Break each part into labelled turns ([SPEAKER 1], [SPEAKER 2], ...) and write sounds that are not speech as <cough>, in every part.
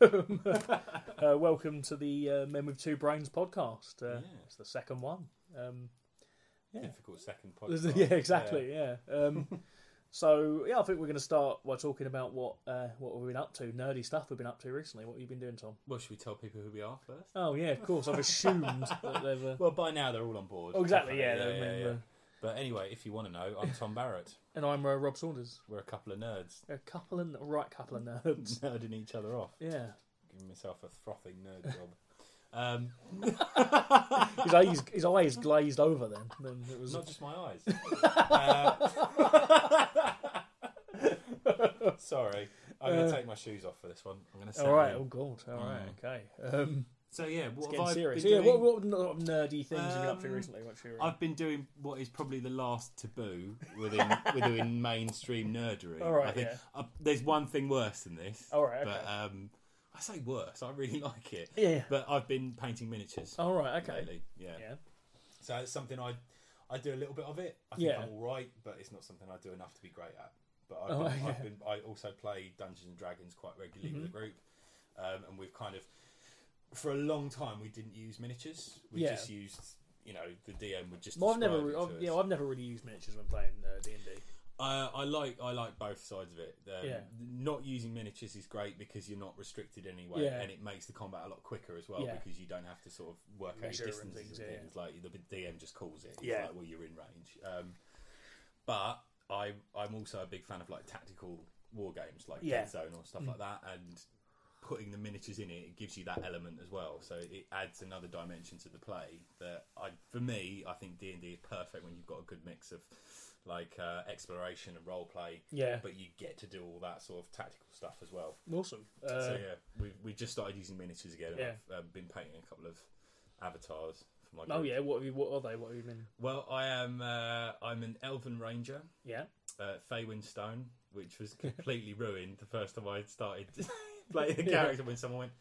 [SPEAKER 1] welcome. uh, welcome to the uh, Men with Two Brains podcast. Uh,
[SPEAKER 2] Yeah.
[SPEAKER 1] It's the second one. <laughs> Um, Yeah.
[SPEAKER 2] Difficult second
[SPEAKER 1] <laughs>
[SPEAKER 2] podcast.
[SPEAKER 1] yeah, exactly. Yeah. Um, <laughs> so yeah, I think we're going to start by talking about what uh, what we've been up to, nerdy stuff we've been up to recently. What have you been doing, Tom?
[SPEAKER 2] Well, should we tell people who we are first?
[SPEAKER 1] Oh yeah, of course. I've <laughs> assumed that they've. Uh...
[SPEAKER 2] Well, by now they're all on board.
[SPEAKER 1] Oh, exactly. Yeah.
[SPEAKER 2] Definitely.
[SPEAKER 1] they
[SPEAKER 2] yeah,
[SPEAKER 1] remember.
[SPEAKER 2] yeah. But anyway, if you want to know, I'm Tom Barrett.
[SPEAKER 1] And I'm uh, Rob Saunders.
[SPEAKER 2] We're a couple of nerds <laughs>
[SPEAKER 1] A couple and right couple of <laughs> nerds.
[SPEAKER 2] nerding each other off.
[SPEAKER 1] Yeah,
[SPEAKER 2] Giving myself a frothing nerd job. Um,
[SPEAKER 1] his eyes, his eyes glazed over. Then, then it was
[SPEAKER 2] not just my
[SPEAKER 1] <laughs>
[SPEAKER 2] eyes. Uh, <laughs> sorry, I'm going
[SPEAKER 1] Uh,
[SPEAKER 2] to take my shoes off for this one. I'm going to.
[SPEAKER 1] all right. Oh god. All right. Okay. Um,
[SPEAKER 2] So yeah, what
[SPEAKER 1] It's
[SPEAKER 2] have
[SPEAKER 1] getting
[SPEAKER 2] I
[SPEAKER 1] serious.
[SPEAKER 2] been
[SPEAKER 1] Yeah,
[SPEAKER 2] doing?
[SPEAKER 1] what, what n- nerdy things have you been up to
[SPEAKER 2] Um,
[SPEAKER 1] recently? What's your
[SPEAKER 2] I've been doing what is probably the last taboo within <laughs> within mainstream nerdery.
[SPEAKER 1] All right,
[SPEAKER 2] I think
[SPEAKER 1] yeah.
[SPEAKER 2] uh, there's one thing worse than this.
[SPEAKER 1] All right,
[SPEAKER 2] but
[SPEAKER 1] okay.
[SPEAKER 2] um, I say worse. I really <laughs> like it.
[SPEAKER 1] Yeah.
[SPEAKER 2] But I've been painting miniatures.
[SPEAKER 1] All right. Oh, Okay.
[SPEAKER 2] lately, Yeah.
[SPEAKER 1] Yeah.
[SPEAKER 2] So it's something I I do a little bit of it. I think
[SPEAKER 1] Yeah.
[SPEAKER 2] I'm all right, but it's not something I do enough to be great at. But I've, been,
[SPEAKER 1] Oh, yeah. Mm-hmm.
[SPEAKER 2] I've been I also play Dungeons and Dragons quite regularly with the group, um, and we've kind of for a long time we didn't use miniatures. We
[SPEAKER 1] Yeah.
[SPEAKER 2] just used you know the DM would just.
[SPEAKER 1] Well, I've
[SPEAKER 2] describe
[SPEAKER 1] never,
[SPEAKER 2] it
[SPEAKER 1] I've,
[SPEAKER 2] to
[SPEAKER 1] yeah,
[SPEAKER 2] us.
[SPEAKER 1] I've never really used miniatures when playing uh, D and D.
[SPEAKER 2] I, I like I like both sides of it. Um,
[SPEAKER 1] Yeah.
[SPEAKER 2] Not using miniatures is great because you're not restricted anyway,
[SPEAKER 1] Yeah.
[SPEAKER 2] and it makes the combat a lot quicker as well
[SPEAKER 1] Yeah.
[SPEAKER 2] because you don't have to sort of work out
[SPEAKER 1] Measure
[SPEAKER 2] your
[SPEAKER 1] and
[SPEAKER 2] distances and
[SPEAKER 1] things,
[SPEAKER 2] things.
[SPEAKER 1] yeah.
[SPEAKER 2] Like the DM just calls it. It's
[SPEAKER 1] Yeah.
[SPEAKER 2] Like, well, you're in range. Um, but I I'm also a big fan of like tactical war games like
[SPEAKER 1] Yeah.
[SPEAKER 2] Dead Zone or stuff like that, and putting the miniatures in it, it gives you that element as well. So it adds another dimension to the play that I, for me, I think D and D is perfect when you've got a good mix of like uh, exploration and role play.
[SPEAKER 1] Yeah.
[SPEAKER 2] But you get to do all that sort of tactical stuff as well.
[SPEAKER 1] Awesome. Uh,
[SPEAKER 2] so yeah, we we just started using miniatures again. And
[SPEAKER 1] Yeah.
[SPEAKER 2] I've uh, been painting a couple of avatars for my. Group.
[SPEAKER 1] Oh yeah. What have you? What are they? What have you been?
[SPEAKER 2] Well, I am. Uh, I'm an elven ranger
[SPEAKER 1] Yeah. <laughs>
[SPEAKER 2] uh, Feywin Stone, which was completely ruined the first time I had
[SPEAKER 1] <laughs>
[SPEAKER 2] started playing the character when someone went,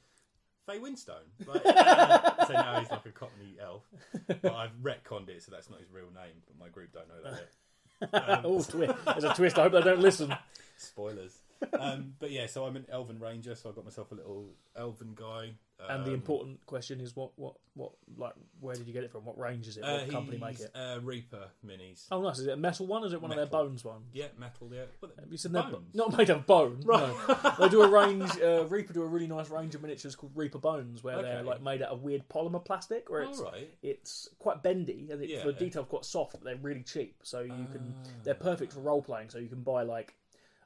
[SPEAKER 2] Faye Winstone.
[SPEAKER 1] <laughs>
[SPEAKER 2] Like, uh, so now he's like a cockney elf. But I've retconned it, so that's not his real name, but my group don't know that
[SPEAKER 1] <laughs>
[SPEAKER 2] yet. Um,
[SPEAKER 1] oh, twi- there's a twist. I hope they don't listen.
[SPEAKER 2] Spoilers. Um, but yeah, so I'm an elven ranger, so I got myself a little elven guy.
[SPEAKER 1] And the
[SPEAKER 2] Um,
[SPEAKER 1] important question is, what, what, what, like, where did you get it from? What range is it?
[SPEAKER 2] uh,
[SPEAKER 1] What company make
[SPEAKER 2] he's,
[SPEAKER 1] it?
[SPEAKER 2] Uh, Reaper minis.
[SPEAKER 1] Oh, nice. Is it a metal one? or Is it one of their
[SPEAKER 2] Metal.
[SPEAKER 1] bones one?
[SPEAKER 2] Yeah, metal, yeah. Well,
[SPEAKER 1] Have you seen their bo-
[SPEAKER 2] bones.
[SPEAKER 1] not made of bone?
[SPEAKER 2] <laughs>
[SPEAKER 1] No. they do a range. Uh, Reaper do a really nice range of miniatures called Reaper Bones, where they're
[SPEAKER 2] Okay.
[SPEAKER 1] like made out of weird polymer plastic, where it's
[SPEAKER 2] Alright.
[SPEAKER 1] it's quite bendy and it,
[SPEAKER 2] Yeah. Ah.
[SPEAKER 1] the details quite soft, but they're really cheap. So you can they're perfect for role playing. So you can buy like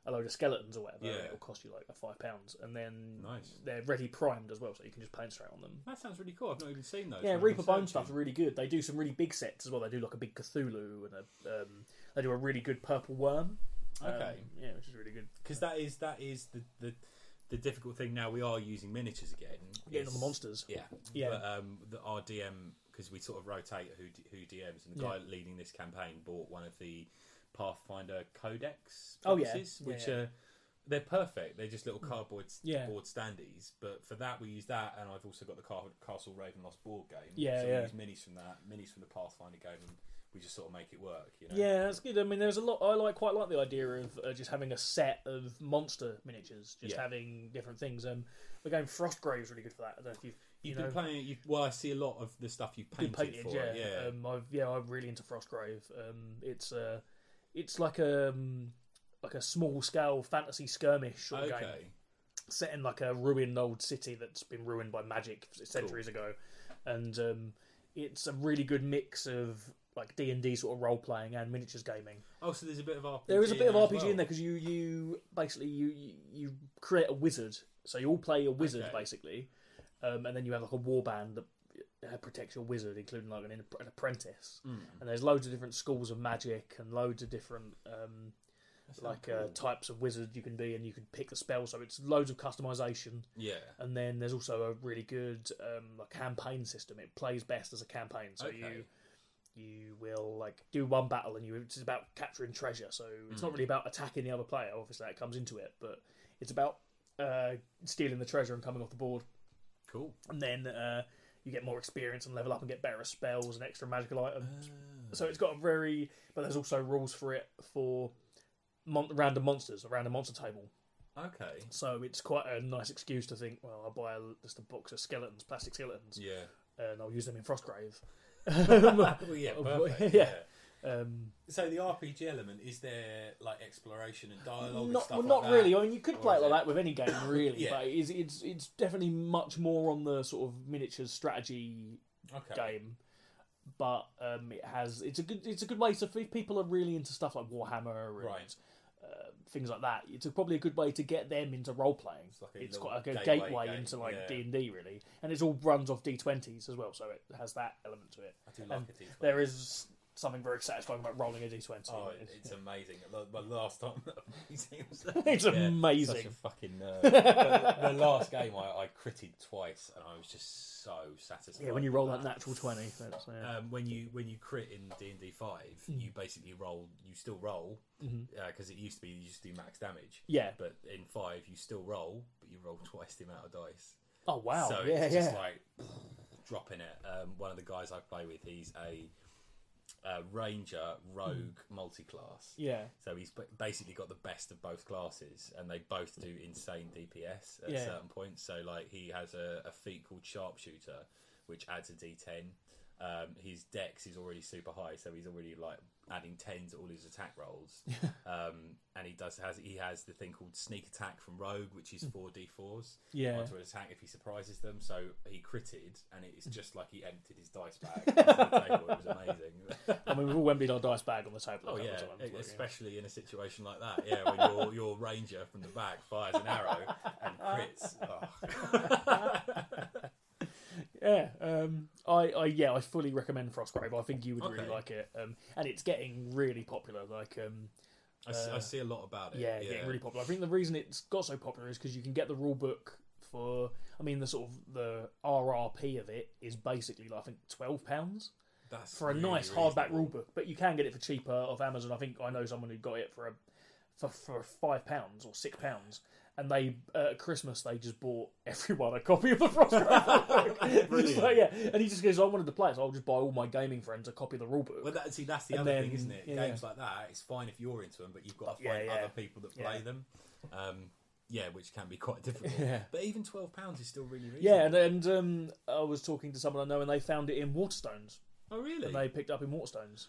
[SPEAKER 1] a load of skeletons or whatever.
[SPEAKER 2] Yeah.
[SPEAKER 1] and It'll cost you like five pounds, and then
[SPEAKER 2] Nice.
[SPEAKER 1] they're ready primed as well, so you can just paint straight on them.
[SPEAKER 2] That sounds really cool. I've not even seen those.
[SPEAKER 1] Yeah,
[SPEAKER 2] I've been
[SPEAKER 1] Reaper Bone
[SPEAKER 2] searching.
[SPEAKER 1] stuff's really good. They do some really big sets as well. They do like a big Cthulhu and a, um, they do a really good purple worm. Um,
[SPEAKER 2] Okay.
[SPEAKER 1] yeah, which is really good.
[SPEAKER 2] because that is that is the, the the difficult thing now. We are using miniatures again.
[SPEAKER 1] Getting
[SPEAKER 2] is-
[SPEAKER 1] on the monsters.
[SPEAKER 2] Yeah,
[SPEAKER 1] Yeah.
[SPEAKER 2] But, um, the, our DM because we sort of rotate who d- who DMs, and the guy leading this campaign bought one of the Pathfinder Codex.
[SPEAKER 1] Oh, yeah.
[SPEAKER 2] boxes,
[SPEAKER 1] Yeah,
[SPEAKER 2] which
[SPEAKER 1] yeah.
[SPEAKER 2] are they're perfect. They're just little cardboard s-
[SPEAKER 1] Yeah.
[SPEAKER 2] board standees. But for that, we use that, and I've also got the Car- Castle Ravenloft board game.
[SPEAKER 1] Yeah,
[SPEAKER 2] so
[SPEAKER 1] yeah.
[SPEAKER 2] We use minis from that, minis from the Pathfinder game, and we just sort of make it work. You know.
[SPEAKER 1] Yeah, that's good. I mean, there's a lot. I like quite like the idea of uh, just having a set of monster miniatures, just
[SPEAKER 2] Yeah.
[SPEAKER 1] having different things. Um, the game Frostgrave's really good for that. I don't know if you've you
[SPEAKER 2] You've
[SPEAKER 1] know
[SPEAKER 2] been playing it. You've, well, I see a lot of the stuff you've
[SPEAKER 1] been
[SPEAKER 2] painted,
[SPEAKER 1] painted.
[SPEAKER 2] for
[SPEAKER 1] yeah,
[SPEAKER 2] it. Yeah.
[SPEAKER 1] Um, I've, yeah, I'm really into Frostgrave. Um, it's uh, it's like a um, like a small scale fantasy skirmish sort of game.
[SPEAKER 2] okay.
[SPEAKER 1] set in like a ruined old city that's been ruined by magic centuries ago, and um, it's a really good mix of like D and D sort of role playing and miniatures gaming.
[SPEAKER 2] Oh, so there's a bit of RPG.
[SPEAKER 1] There is a bit of
[SPEAKER 2] there as
[SPEAKER 1] RPG in
[SPEAKER 2] well.
[SPEAKER 1] there because you you basically you you- you create a wizard, so you all play a wizard
[SPEAKER 2] Okay.
[SPEAKER 1] basically, um, and then you have like a war band that uh, protects your wizard, including like an, an apprentice.
[SPEAKER 2] Hmm.
[SPEAKER 1] And there's loads of different schools of magic and loads of different um, like uh, types of wizard you can be, and you can pick the spell. So it's loads of customization.
[SPEAKER 2] Yeah.
[SPEAKER 1] And then there's also a really good um, like campaign system. It plays best as a campaign, so
[SPEAKER 2] Okay.
[SPEAKER 1] you you will like do one battle, and you it's about capturing treasure. So it's not really about attacking the other player. Obviously, that comes into it, but it's about uh, stealing the treasure and coming off the board.
[SPEAKER 2] Cool.
[SPEAKER 1] And then uh, you get more experience and level up and get better at spells and extra magical items. So it's got a very, but there's also rules for it for mon- random monsters, a random monster table.
[SPEAKER 2] Okay.
[SPEAKER 1] So it's quite a nice excuse to think, well, I'll buy a, just a box of skeletons, plastic skeletons, <laughs>
[SPEAKER 2] Yeah.
[SPEAKER 1] and I'll use them in
[SPEAKER 2] <laughs>
[SPEAKER 1] Frostgrave. <laughs>
[SPEAKER 2] Well, yeah,
[SPEAKER 1] Oh, boy. <laughs>
[SPEAKER 2] perfect.
[SPEAKER 1] Yeah. um,
[SPEAKER 2] So the RPG element is there, like exploration and dialogue. and
[SPEAKER 1] not
[SPEAKER 2] stuff like
[SPEAKER 1] well, not
[SPEAKER 2] that?
[SPEAKER 1] really. I mean, you could
[SPEAKER 2] Or
[SPEAKER 1] play
[SPEAKER 2] is
[SPEAKER 1] it like
[SPEAKER 2] it-
[SPEAKER 1] that with any game,
[SPEAKER 2] <laughs>
[SPEAKER 1] really.
[SPEAKER 2] Yeah.
[SPEAKER 1] But it's, it's it's definitely much more on the sort of miniatures strategy
[SPEAKER 2] Okay.
[SPEAKER 1] game. But um, it has it's a good it's a good way. So if people are really into stuff like Warhammer and
[SPEAKER 2] Right.
[SPEAKER 1] uh, things like that, it's a, probably a good way to get them into role playing.
[SPEAKER 2] It's like a
[SPEAKER 1] It's
[SPEAKER 2] little
[SPEAKER 1] quite like a gateway,
[SPEAKER 2] gateway game,
[SPEAKER 1] into like
[SPEAKER 2] yeah.
[SPEAKER 1] D and D really, and it all runs off D twenties as well. So it has that element to it.
[SPEAKER 2] I do like
[SPEAKER 1] And
[SPEAKER 2] it. It's
[SPEAKER 1] Um, there is something very satisfying about rolling a D twenty.
[SPEAKER 2] Oh, it- it's amazing. The- The last time, <laughs> it
[SPEAKER 1] <laughs>
[SPEAKER 2] was-
[SPEAKER 1] It's amazing.
[SPEAKER 2] Such a
[SPEAKER 1] <laughs>
[SPEAKER 2] fucking nerd. the, the last game, I, I critted twice, and I was just so satisfied.
[SPEAKER 1] yeah, when you roll
[SPEAKER 2] with
[SPEAKER 1] that natural twenty, that's yeah.
[SPEAKER 2] um, when you when you crit in D and D five,
[SPEAKER 1] Hmm.
[SPEAKER 2] you basically roll. You still roll because it used to be you just do max damage.
[SPEAKER 1] Mm-hmm. Yeah.
[SPEAKER 2] but in five you still roll, but you roll <laughs> twice the amount of dice.
[SPEAKER 1] Oh wow!
[SPEAKER 2] so
[SPEAKER 1] yeah,
[SPEAKER 2] it's
[SPEAKER 1] yeah.
[SPEAKER 2] just like dropping it. Um, one of the guys I play with, he's a, a ranger rogue
[SPEAKER 1] Hmm.
[SPEAKER 2] multi-class.
[SPEAKER 1] yeah.
[SPEAKER 2] So he's ba- basically got the best of both classes, and they both do insane DPS at
[SPEAKER 1] Yeah.
[SPEAKER 2] certain points. So like he has a, a feat called Sharpshooter, which adds a D10. Um, his dex is already super high, so he's already like adding ten to all his attack
[SPEAKER 1] <laughs>
[SPEAKER 2] rolls. um, and he does has he has the thing called sneak attack from rogue, which is four D4s
[SPEAKER 1] Yeah.
[SPEAKER 2] onto an attack if he surprises them. So he critted, and it's just like he emptied his dice
[SPEAKER 1] <laughs>
[SPEAKER 2] bag. onto the table. It was amazing.
[SPEAKER 1] I mean, we've all wembled our dice bag on the table. a
[SPEAKER 2] Oh
[SPEAKER 1] couple
[SPEAKER 2] yeah,
[SPEAKER 1] of times,
[SPEAKER 2] e-
[SPEAKER 1] but, yeah.
[SPEAKER 2] especially in a situation like that. Yeah, when your
[SPEAKER 1] <laughs>
[SPEAKER 2] your ranger from the back fires an arrow and
[SPEAKER 1] <laughs>
[SPEAKER 2] crits. Oh.
[SPEAKER 1] Yeah, um, I, I, yeah, I fully recommend Frostgrave. I think you would really
[SPEAKER 2] Okay.
[SPEAKER 1] like it, um, and it's getting really popular. Like, um,
[SPEAKER 2] I, see, I see a lot about it.
[SPEAKER 1] yeah, getting really popular. I think the reason it's got so popular is because you can get the rule book for. I mean, the sort of the RRP of it is basically, like, I think, twelve pounds
[SPEAKER 2] That's
[SPEAKER 1] for a
[SPEAKER 2] really
[SPEAKER 1] nice hardback
[SPEAKER 2] reasonable.
[SPEAKER 1] rule <laughs> book, but you can get it for cheaper off Amazon. I think I know someone who got it for a for, for five pounds or six pounds. And they uh, at Christmas they just bought <laughs> everyone a copy of the <laughs> Frostgrave book.
[SPEAKER 2] Brilliant.
[SPEAKER 1] so, yeah, and he just goes, "I wanted to play it, so I'll just buy all my gaming friends a copy of the rule book."
[SPEAKER 2] Well, that, see, that's the
[SPEAKER 1] And
[SPEAKER 2] other
[SPEAKER 1] then-
[SPEAKER 2] thing, isn't it?
[SPEAKER 1] yeah.
[SPEAKER 2] Games like that, it's fine if you're into them, but you've got to
[SPEAKER 1] Yeah,
[SPEAKER 2] find
[SPEAKER 1] yeah.
[SPEAKER 2] other people that play
[SPEAKER 1] Yeah.
[SPEAKER 2] them. Um, yeah, which can be quite <laughs> difficult.
[SPEAKER 1] Yeah.
[SPEAKER 2] But even twelve pounds is still really reasonable.
[SPEAKER 1] yeah, and, and um, I was talking to someone I know, and they found it in Waterstones.
[SPEAKER 2] oh really?
[SPEAKER 1] And they picked it up in Waterstones.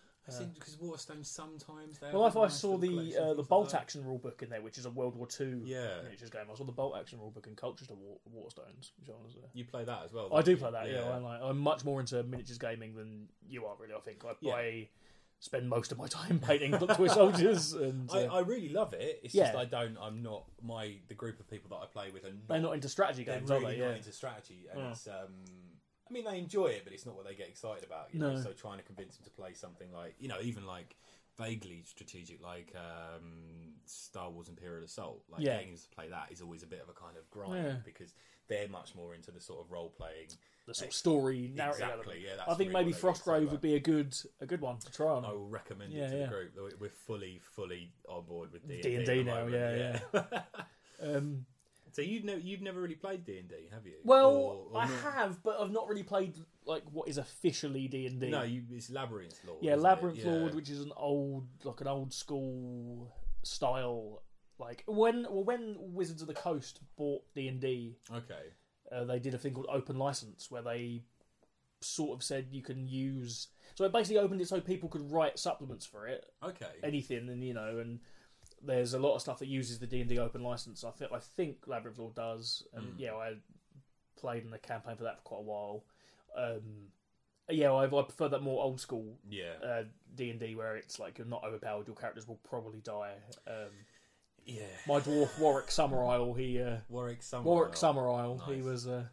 [SPEAKER 2] Because Waterstone sometimes. They
[SPEAKER 1] Well,
[SPEAKER 2] have
[SPEAKER 1] I, I
[SPEAKER 2] nice
[SPEAKER 1] saw
[SPEAKER 2] little
[SPEAKER 1] the
[SPEAKER 2] collection,
[SPEAKER 1] uh, the
[SPEAKER 2] things like
[SPEAKER 1] bolt
[SPEAKER 2] that.
[SPEAKER 1] action rule book in there, which is a World War Two
[SPEAKER 2] Yeah.
[SPEAKER 1] miniatures game. I saw the bolt action rule book in Cultures to Wa- Waterstones, which I was. Uh,
[SPEAKER 2] You play that as well.
[SPEAKER 1] I
[SPEAKER 2] don't
[SPEAKER 1] do
[SPEAKER 2] you?
[SPEAKER 1] play that. Yeah, I'm, like, I'm much more into miniatures gaming than you are. Really, I think I,
[SPEAKER 2] Yeah.
[SPEAKER 1] I spend most of my <laughs> time painting Toy soldiers, and
[SPEAKER 2] I,
[SPEAKER 1] uh,
[SPEAKER 2] I really love it. It's just
[SPEAKER 1] Yeah.
[SPEAKER 2] I don't. I'm not my the group of people that I play with are not,
[SPEAKER 1] they're not into strategy
[SPEAKER 2] they're
[SPEAKER 1] games,
[SPEAKER 2] really
[SPEAKER 1] are they?
[SPEAKER 2] not
[SPEAKER 1] Yeah.
[SPEAKER 2] into strategy, and it's um. I mean, they enjoy it, but it's not what they get excited about. You
[SPEAKER 1] No.
[SPEAKER 2] know? So trying to convince them to play something like you know even like vaguely strategic like um Star Wars Imperial Assault, like
[SPEAKER 1] Yeah.
[SPEAKER 2] getting them to play that is always a bit of a kind of grind
[SPEAKER 1] Yeah.
[SPEAKER 2] because they're much more into the sort of role playing.
[SPEAKER 1] The sort of story narrative.
[SPEAKER 2] Exactly,
[SPEAKER 1] element.
[SPEAKER 2] yeah, that's
[SPEAKER 1] I think
[SPEAKER 2] really
[SPEAKER 1] maybe
[SPEAKER 2] what they get excited
[SPEAKER 1] Frostgrove would
[SPEAKER 2] about. Oh.
[SPEAKER 1] be a good a good one to try on.
[SPEAKER 2] I will recommend
[SPEAKER 1] Yeah,
[SPEAKER 2] it to
[SPEAKER 1] yeah.
[SPEAKER 2] the group. We're- We're fully, fully on board with D
[SPEAKER 1] D&D now, yeah,
[SPEAKER 2] yeah.
[SPEAKER 1] Um,
[SPEAKER 2] So you've never you've never really played D and D, have you?
[SPEAKER 1] well,
[SPEAKER 2] Or- or
[SPEAKER 1] I
[SPEAKER 2] not?
[SPEAKER 1] have, but I've not really played like what is officially D and D.
[SPEAKER 2] No, you, it's Labyrinth Lord.
[SPEAKER 1] Yeah,
[SPEAKER 2] isn't it?
[SPEAKER 1] Labyrinth
[SPEAKER 2] Yeah.
[SPEAKER 1] Lord, which is an old, like an old school style. Like when, well, when Wizards of the Coast bought D and D,
[SPEAKER 2] Okay.
[SPEAKER 1] uh, they did a thing called open license where they sort of said you can use so it basically opened it so people could write supplements for it
[SPEAKER 2] Okay.
[SPEAKER 1] anything and you know and there's a lot of stuff that uses the d&d open license i think i think labyrinth law does and yeah i played in the campaign for that for quite a while um yeah i, I prefer that more old school
[SPEAKER 2] Yeah.
[SPEAKER 1] uh, d&d where it's like you're not overpowered your characters will probably die um
[SPEAKER 2] yeah.
[SPEAKER 1] my dwarf warwick summer isle he uh
[SPEAKER 2] Warwick Summer.
[SPEAKER 1] Warwick Summerisle. He
[SPEAKER 2] Oh, Nice.
[SPEAKER 1] was uh,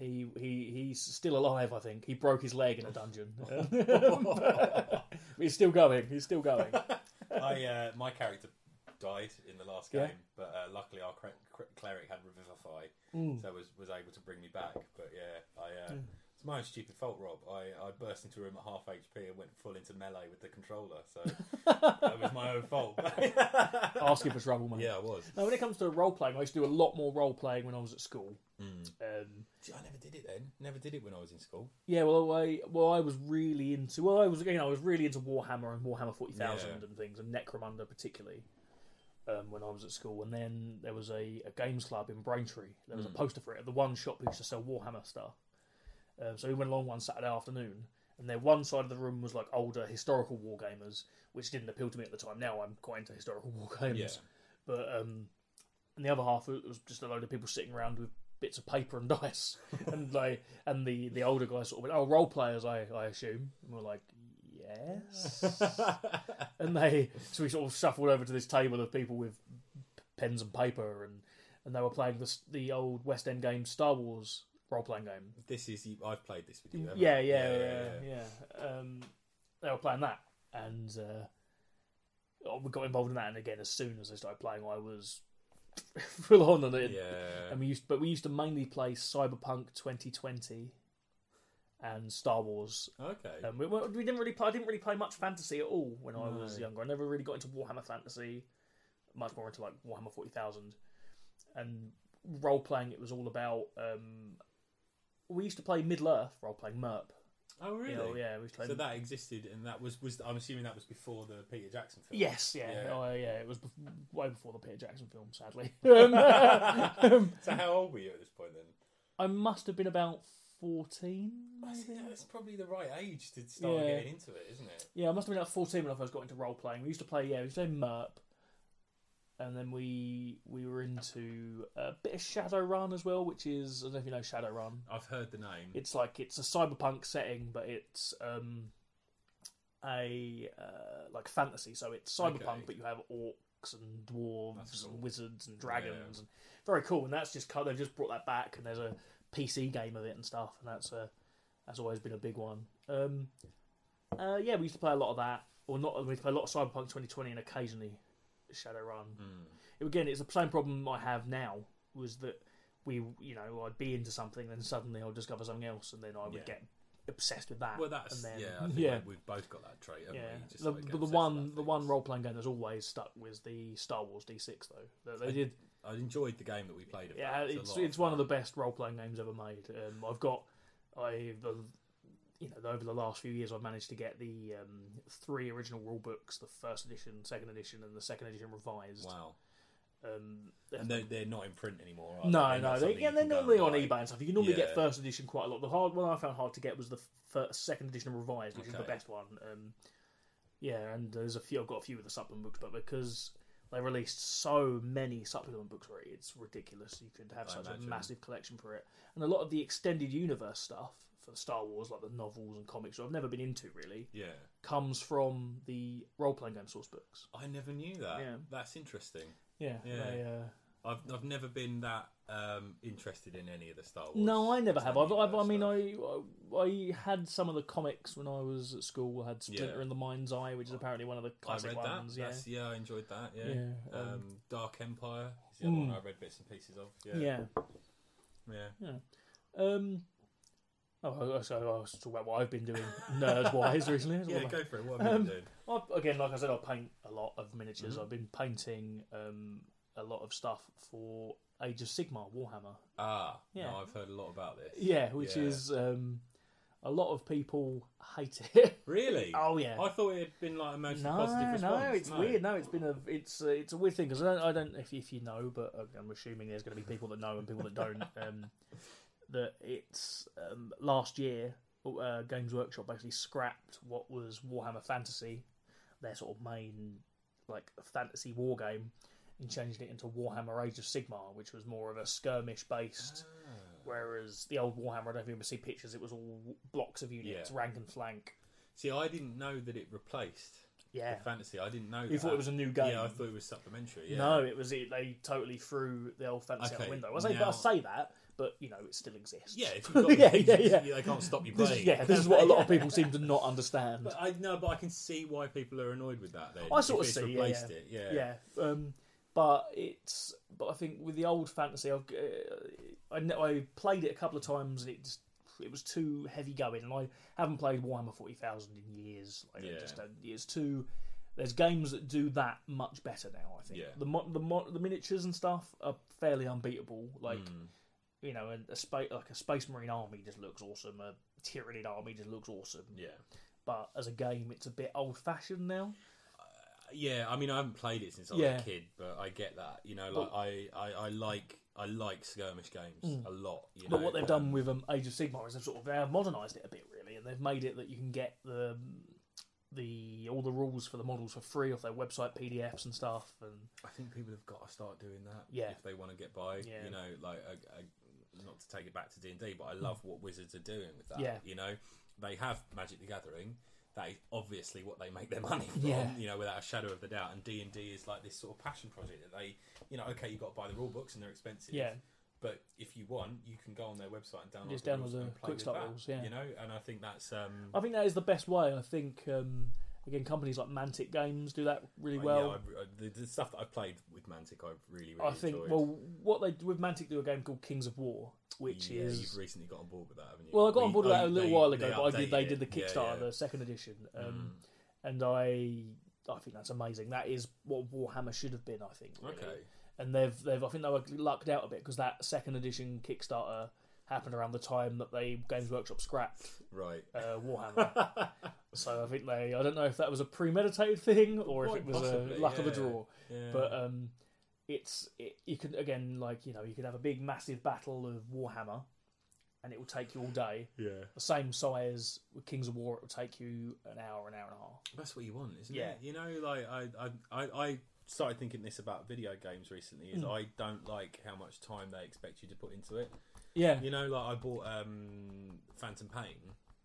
[SPEAKER 1] he he he's still alive. I think he broke his leg in a dungeon. <laughs> he's still going. He's still going.
[SPEAKER 2] I uh, my character died in the last game,
[SPEAKER 1] Yeah.
[SPEAKER 2] but uh, luckily our cre- cre- cleric had revivify,
[SPEAKER 1] Mm.
[SPEAKER 2] so was was able to bring me back. But yeah, I. Uh, It's my own stupid fault, Rob. I, I burst into a room at half HP and went full into melee with the controller, so
[SPEAKER 1] <laughs>
[SPEAKER 2] that was my own fault. <laughs>
[SPEAKER 1] Asking for trouble, man.
[SPEAKER 2] yeah, I was.
[SPEAKER 1] Now, when it comes to role playing, I used to do a lot more role playing when I was at school. Um,
[SPEAKER 2] Gee, I never did it then. Never did it when I was in school. <laughs>
[SPEAKER 1] yeah, well, I well, I was really into well, I was you know, I was really into Warhammer and Warhammer forty thousand
[SPEAKER 2] Yeah.
[SPEAKER 1] and things and Necromunda particularly. um, when I was at school, and then there was a, a games club in Braintree. There
[SPEAKER 2] Hmm.
[SPEAKER 1] was a poster for it at the one shop who used to sell Warhammer stuff. Um, so we went along one Saturday afternoon, and their one side of the room was like older historical war gamers, which didn't appeal to me at the time. Now I'm quite into historical <laughs> war games,
[SPEAKER 2] Yeah.
[SPEAKER 1] but um, and the other half it was just a load of people sitting around with bits of paper and <laughs> dice, and like and the the older guy sort of went, "Oh, role players, I I assume," and we're like,
[SPEAKER 2] <laughs>
[SPEAKER 1] "Yes." and they so we sort of shuffled over to this table of people with p- pens and paper and and they were playing the s- the old West End game Star Wars role playing game.
[SPEAKER 2] <laughs> this is you- I've played this with you. haven't
[SPEAKER 1] Yeah,
[SPEAKER 2] I?
[SPEAKER 1] yeah, yeah, yeah. Um, they were playing that and uh, oh, we got involved in that. And again, as soon as they started playing, I was <laughs> full on and it.
[SPEAKER 2] Yeah.
[SPEAKER 1] And we used, but we used to mainly play Cyberpunk 2020 and Star Wars
[SPEAKER 2] Okay.
[SPEAKER 1] um, we, we didn't really play, I didn't really play much fantasy at all when I was
[SPEAKER 2] No.
[SPEAKER 1] younger. I never really got into Warhammer Fantasy, much more into like Warhammer Forty Thousand, and role playing. It was all about. Um, we used to play Middle Earth role playing Merp.
[SPEAKER 2] oh really?
[SPEAKER 1] You know, yeah, we used to play.
[SPEAKER 2] So that existed, and that was was I'm assuming that was before the Peter Jackson film. <laughs>
[SPEAKER 1] Yes, yeah,
[SPEAKER 2] Yeah.
[SPEAKER 1] Oh, yeah. It was bef- way before the Peter Jackson film,
[SPEAKER 2] <laughs>
[SPEAKER 1] sadly. Um, <laughs>
[SPEAKER 2] Um, so how old were you at this point then?
[SPEAKER 1] I must have been about fourteen,
[SPEAKER 2] I think
[SPEAKER 1] maybe.
[SPEAKER 2] that's probably the right age to start
[SPEAKER 1] Yeah.
[SPEAKER 2] getting into it, isn't it?
[SPEAKER 1] Yeah, I must have been about fourteen when I first got into role playing. We used to play, yeah, we used to play Merp, and then we we were into a bit of Shadowrun as well, which is I don't know if you know Shadowrun.
[SPEAKER 2] I've heard the name.
[SPEAKER 1] It's like it's a cyberpunk setting, but it's um a uh, like fantasy. So it's cyberpunk,
[SPEAKER 2] Okay.
[SPEAKER 1] but you have orcs and dwarves
[SPEAKER 2] That's cool.
[SPEAKER 1] and wizards and dragons, and very cool. And that's just kind they've just brought that back, and there's a PC game of it and stuff, and that's a that's always been a big one. Um, uh, yeah, we used to play a lot of that, or not. We used to play a lot of Cyberpunk 2020 and occasionally Shadowrun
[SPEAKER 2] Mm.
[SPEAKER 1] again, it's the same problem I have now. Was that we, you know, I'd be into something, then suddenly I'll discover something else, and then I would
[SPEAKER 2] Yeah.
[SPEAKER 1] get obsessed with that.
[SPEAKER 2] Well, that's
[SPEAKER 1] and then,
[SPEAKER 2] yeah. I think
[SPEAKER 1] yeah,
[SPEAKER 2] like, we've both got that trait. Haven't
[SPEAKER 1] yeah.
[SPEAKER 2] we? Just
[SPEAKER 1] The,
[SPEAKER 2] like,
[SPEAKER 1] the
[SPEAKER 2] obsessed
[SPEAKER 1] one,
[SPEAKER 2] about
[SPEAKER 1] the one
[SPEAKER 2] things.
[SPEAKER 1] role playing game that's always stuck was the Star Wars D6, though. They- They did.
[SPEAKER 2] I enjoyed the game that we played. Of
[SPEAKER 1] Yeah,
[SPEAKER 2] that.
[SPEAKER 1] it's
[SPEAKER 2] a lot
[SPEAKER 1] it's one of the best role playing games ever made. Um, I've got, I, the, you know, over the last few years, I've managed to get the um, three original rule books: the first edition, second edition, and the second edition revised.
[SPEAKER 2] Wow,
[SPEAKER 1] Um,
[SPEAKER 2] and they're, they're not in print anymore. Are they?
[SPEAKER 1] No, no,
[SPEAKER 2] not
[SPEAKER 1] they,
[SPEAKER 2] something
[SPEAKER 1] yeah,
[SPEAKER 2] you
[SPEAKER 1] they're
[SPEAKER 2] can go
[SPEAKER 1] normally
[SPEAKER 2] and
[SPEAKER 1] on
[SPEAKER 2] buy.
[SPEAKER 1] eBay and stuff. You can normally
[SPEAKER 2] Yeah.
[SPEAKER 1] get first edition quite a lot. The hard one I found hard to get was the first, second edition revised, which is the
[SPEAKER 2] Okay.
[SPEAKER 1] best one. Um, yeah, and there's a few. I've got a few of the supplement books, but because they released so many supplement books, for it, it's ridiculous. You could have
[SPEAKER 2] I
[SPEAKER 1] such
[SPEAKER 2] imagine.
[SPEAKER 1] a massive collection for it, and a lot of the extended universe stuff for Star Wars, like the novels and comics, which I've never been into really,
[SPEAKER 2] Yeah,
[SPEAKER 1] comes from the role playing game source books.
[SPEAKER 2] I never knew that.
[SPEAKER 1] Yeah.
[SPEAKER 2] That's interesting.
[SPEAKER 1] Yeah,
[SPEAKER 2] Yeah.
[SPEAKER 1] they, uh,
[SPEAKER 2] I've I've never been that um, interested in any of the Star Wars.
[SPEAKER 1] No, I never have. I've,
[SPEAKER 2] extended
[SPEAKER 1] I've, I
[SPEAKER 2] universe
[SPEAKER 1] mean,
[SPEAKER 2] stuff.
[SPEAKER 1] I I had some of the comics when I was at school. I had Splinter
[SPEAKER 2] Yeah.
[SPEAKER 1] in the Mind's Eye, which is apparently one of the classic
[SPEAKER 2] I read
[SPEAKER 1] ones.
[SPEAKER 2] that.
[SPEAKER 1] Yeah.
[SPEAKER 2] That's, yeah, I enjoyed that. Yeah.
[SPEAKER 1] Yeah,
[SPEAKER 2] um,
[SPEAKER 1] um, mm.
[SPEAKER 2] Dark Empire is the other one I read bits and pieces of. Yeah.
[SPEAKER 1] yeah,
[SPEAKER 2] Yeah.
[SPEAKER 1] Um, oh, I- so I was talking about what
[SPEAKER 2] <laughs>
[SPEAKER 1] I've been doing nerd wise recently. That's
[SPEAKER 2] Yeah,
[SPEAKER 1] what
[SPEAKER 2] go for it. What
[SPEAKER 1] Um,
[SPEAKER 2] have you been doing?
[SPEAKER 1] I- I- again, like I said, I paint a lot of miniatures.
[SPEAKER 2] Mm-hmm.
[SPEAKER 1] I've been painting um, a lot of stuff for Age of Sigma Warhammer.
[SPEAKER 2] Ah, yeah.
[SPEAKER 1] yeah.
[SPEAKER 2] I've heard a lot about this.
[SPEAKER 1] Yeah, which
[SPEAKER 2] Yeah.
[SPEAKER 1] is um, a lot of people hate it. <laughs>
[SPEAKER 2] Really?
[SPEAKER 1] oh yeah,
[SPEAKER 2] I thought it had been like a mostly
[SPEAKER 1] No,
[SPEAKER 2] positive response.
[SPEAKER 1] no, it's weird. No, it's been a it's uh, it's a weird thing because I don't, I don't if if you know, but uh, I'm assuming there's going to be people that know and people
[SPEAKER 2] <laughs>
[SPEAKER 1] that don't. um, that it's um, last year, uh, Games Workshop basically scrapped what was Warhammer Fantasy, their sort of main like fantasy war game, and changed it into Warhammer Age of Sigmar, which was more of a skirmish based.
[SPEAKER 2] Ah.
[SPEAKER 1] Whereas the old Warhammer, I don't know if you ever see pictures, it was all blocks of units,
[SPEAKER 2] Yeah.
[SPEAKER 1] rank and flank.
[SPEAKER 2] See, I didn't know that it replaced
[SPEAKER 1] Yeah,
[SPEAKER 2] the fantasy. I didn't know.
[SPEAKER 1] you thought it was a new game.
[SPEAKER 2] Yeah, I thought it was supplementary. Yeah.
[SPEAKER 1] No, it was it. They totally threw the old fantasy out
[SPEAKER 2] Okay,
[SPEAKER 1] the window. I say,
[SPEAKER 2] now-
[SPEAKER 1] I say that, but you know, it still exists.
[SPEAKER 2] Yeah, if
[SPEAKER 1] <laughs>
[SPEAKER 2] you've got
[SPEAKER 1] Yeah,
[SPEAKER 2] the
[SPEAKER 1] yeah,
[SPEAKER 2] yeah,
[SPEAKER 1] yeah.
[SPEAKER 2] they can't stop you
[SPEAKER 1] This,
[SPEAKER 2] playing.
[SPEAKER 1] yeah, this is what a lot of people seem to not understand.
[SPEAKER 2] <laughs> But I know, but I can see why people are annoyed with that. Then
[SPEAKER 1] I sort
[SPEAKER 2] if
[SPEAKER 1] of
[SPEAKER 2] it's
[SPEAKER 1] see, yeah,
[SPEAKER 2] replaced
[SPEAKER 1] yeah.
[SPEAKER 2] it. Yeah,
[SPEAKER 1] yeah, um, but it's. But I think with the old fantasy, I've, uh, I kn- I played it a couple of times and it just it was too heavy going, and I haven't played Warhammer Forty Thousand in years. Like,
[SPEAKER 2] Yeah.
[SPEAKER 1] it just don't- it's too. There's games that do that much better now. I think
[SPEAKER 2] Yeah.
[SPEAKER 1] the mo- the mo- the miniatures and stuff are fairly unbeatable. Like
[SPEAKER 2] Hmm.
[SPEAKER 1] you know, a, a space like a space marine army just looks awesome. A Tyranid army just looks awesome.
[SPEAKER 2] yeah.
[SPEAKER 1] But as a game, it's a bit old fashioned now.
[SPEAKER 2] yeah, I mean, I haven't played it since I was
[SPEAKER 1] Yeah.
[SPEAKER 2] a kid, but I get that. You know, like
[SPEAKER 1] But- Hmm.
[SPEAKER 2] I, I, I like I like skirmish games a lot. You
[SPEAKER 1] But
[SPEAKER 2] know,
[SPEAKER 1] what they've
[SPEAKER 2] um,
[SPEAKER 1] done with um, Age of Sigmar is they've sort of they've modernised it a bit really, and they've made it that you can get the um, the all the rules for the models for free off their website PDFs and stuff. And
[SPEAKER 2] I think people have got to start doing that.
[SPEAKER 1] Yeah.
[SPEAKER 2] if they want to get by.
[SPEAKER 1] Yeah.
[SPEAKER 2] You know, like I, I, not to take it back to D and D, but I love what Wizards are doing with that.
[SPEAKER 1] Mm. Yeah.
[SPEAKER 2] you know, they have Magic the Gathering. That is obviously what they make their <laughs> money from.
[SPEAKER 1] Yeah.
[SPEAKER 2] You know, without a shadow of a doubt. And D and D is like this sort of passion project that they, you know, okay, you've got to buy the rule books and they're expensive.
[SPEAKER 1] yeah,
[SPEAKER 2] But if you want, you can go on their website and download
[SPEAKER 1] Just
[SPEAKER 2] the
[SPEAKER 1] download
[SPEAKER 2] rules
[SPEAKER 1] the
[SPEAKER 2] and play
[SPEAKER 1] quick
[SPEAKER 2] with
[SPEAKER 1] start
[SPEAKER 2] that,
[SPEAKER 1] rules, yeah.
[SPEAKER 2] You know, and I think that's um,
[SPEAKER 1] I think that is the best way. I think um, again, companies like Mantic Games do that really
[SPEAKER 2] Oh, yeah,
[SPEAKER 1] well.
[SPEAKER 2] I- I- the, the stuff that I've played with Mantic, I've really, really
[SPEAKER 1] I think
[SPEAKER 2] enjoyed.
[SPEAKER 1] well, what they do with Mantic do a game called Kings of War, which
[SPEAKER 2] yeah,
[SPEAKER 1] is
[SPEAKER 2] you've recently got on board with that, haven't you?
[SPEAKER 1] Well, I got on
[SPEAKER 2] We-
[SPEAKER 1] board with that
[SPEAKER 2] oh,
[SPEAKER 1] a little
[SPEAKER 2] they-
[SPEAKER 1] while ago, but I
[SPEAKER 2] updated
[SPEAKER 1] did, they did the
[SPEAKER 2] it. Yeah,
[SPEAKER 1] Kickstarter,
[SPEAKER 2] yeah. Mm.
[SPEAKER 1] the second edition, um, and I I think that's amazing. That is what Warhammer should have been, I think. really.
[SPEAKER 2] Okay.
[SPEAKER 1] And they've they've I think they were lucked out a bit because that second edition Kickstarter happened around the time that they Games Workshop scrapped
[SPEAKER 2] Right.
[SPEAKER 1] uh, Warhammer.
[SPEAKER 2] <laughs>
[SPEAKER 1] so I think they I don't know if that was a premeditated thing or if
[SPEAKER 2] Quite
[SPEAKER 1] it was
[SPEAKER 2] possibly,
[SPEAKER 1] a luck of the
[SPEAKER 2] yeah.
[SPEAKER 1] draw
[SPEAKER 2] Yeah.
[SPEAKER 1] but um, it's it, you can again like you know you could have a big massive battle of Warhammer, and it will take you all day.
[SPEAKER 2] yeah,
[SPEAKER 1] The same size with Kings of War, it will take you an hour, an hour and a half.
[SPEAKER 2] that's what you want, isn't
[SPEAKER 1] Yeah.
[SPEAKER 2] it? You know, like I, I, I, I started thinking this about video games recently.
[SPEAKER 1] Mm.
[SPEAKER 2] Is I don't like how much time they expect you to put into it.
[SPEAKER 1] Yeah,
[SPEAKER 2] You know, like I bought um, Phantom Pain,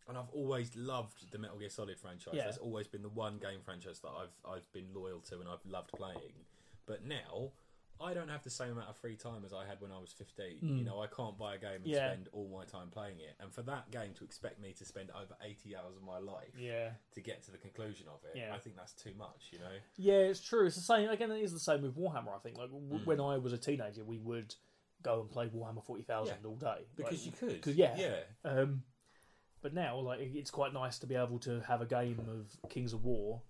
[SPEAKER 2] and I've always loved the Metal Gear Solid franchise.
[SPEAKER 1] Yeah.
[SPEAKER 2] That's always been the one game franchise that I've I've been loyal to and I've loved playing. But now I don't have the same amount of free time as I had when I was fifteen. You know, I can't buy a game and
[SPEAKER 1] Hmm. Yeah.
[SPEAKER 2] spend all my time playing it. And for that game to expect me to spend over eighty hours of my life
[SPEAKER 1] yeah,
[SPEAKER 2] to get to the conclusion of it,
[SPEAKER 1] Yeah.
[SPEAKER 2] I think that's too much. You know,
[SPEAKER 1] yeah. It's true. It's the same. Again, it is the same with Warhammer. I think like
[SPEAKER 2] Mm.
[SPEAKER 1] w- when I was a teenager, we would go and play Warhammer forty thousand
[SPEAKER 2] Yeah.
[SPEAKER 1] all day
[SPEAKER 2] because you
[SPEAKER 1] Like,
[SPEAKER 2] could,
[SPEAKER 1] 'cause, yeah.
[SPEAKER 2] yeah,
[SPEAKER 1] Um, but now, like, it- it's quite nice to be able to have a game of Kings of War,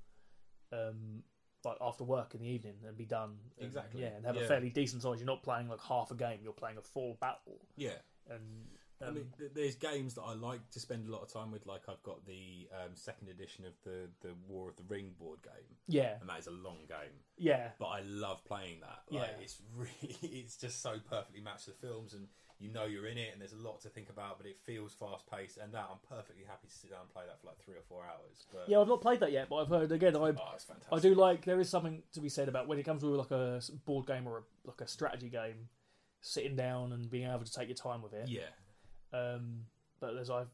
[SPEAKER 1] um, like after work in the evening and be done. and-
[SPEAKER 2] Exactly,
[SPEAKER 1] Yeah, and have
[SPEAKER 2] yeah.
[SPEAKER 1] a fairly decent size. You're not playing like half a game. You're playing a full battle.
[SPEAKER 2] yeah.
[SPEAKER 1] And
[SPEAKER 2] I
[SPEAKER 1] um,
[SPEAKER 2] mean, th- there's games that I like to spend a lot of time with. Like I've got the um, second edition of the the War of the Ring board game,
[SPEAKER 1] yeah,
[SPEAKER 2] and that is a long game,
[SPEAKER 1] yeah,
[SPEAKER 2] but I love playing that. Like,
[SPEAKER 1] Yeah.
[SPEAKER 2] it's <laughs> really, it's just so perfectly matched to the films, and you know you're in it, and there's a lot to think about, but it feels fast paced, and that I'm perfectly happy to sit down and play that for like three or four hours. But
[SPEAKER 1] yeah. I've not played that yet, but I've heard again. I
[SPEAKER 2] oh, it's fantastic.
[SPEAKER 1] I do like there is something to be said about when it comes to like a s- board game or a, like a strategy game, sitting down and being able to take your time with it.
[SPEAKER 2] Yeah,
[SPEAKER 1] Um, but there's I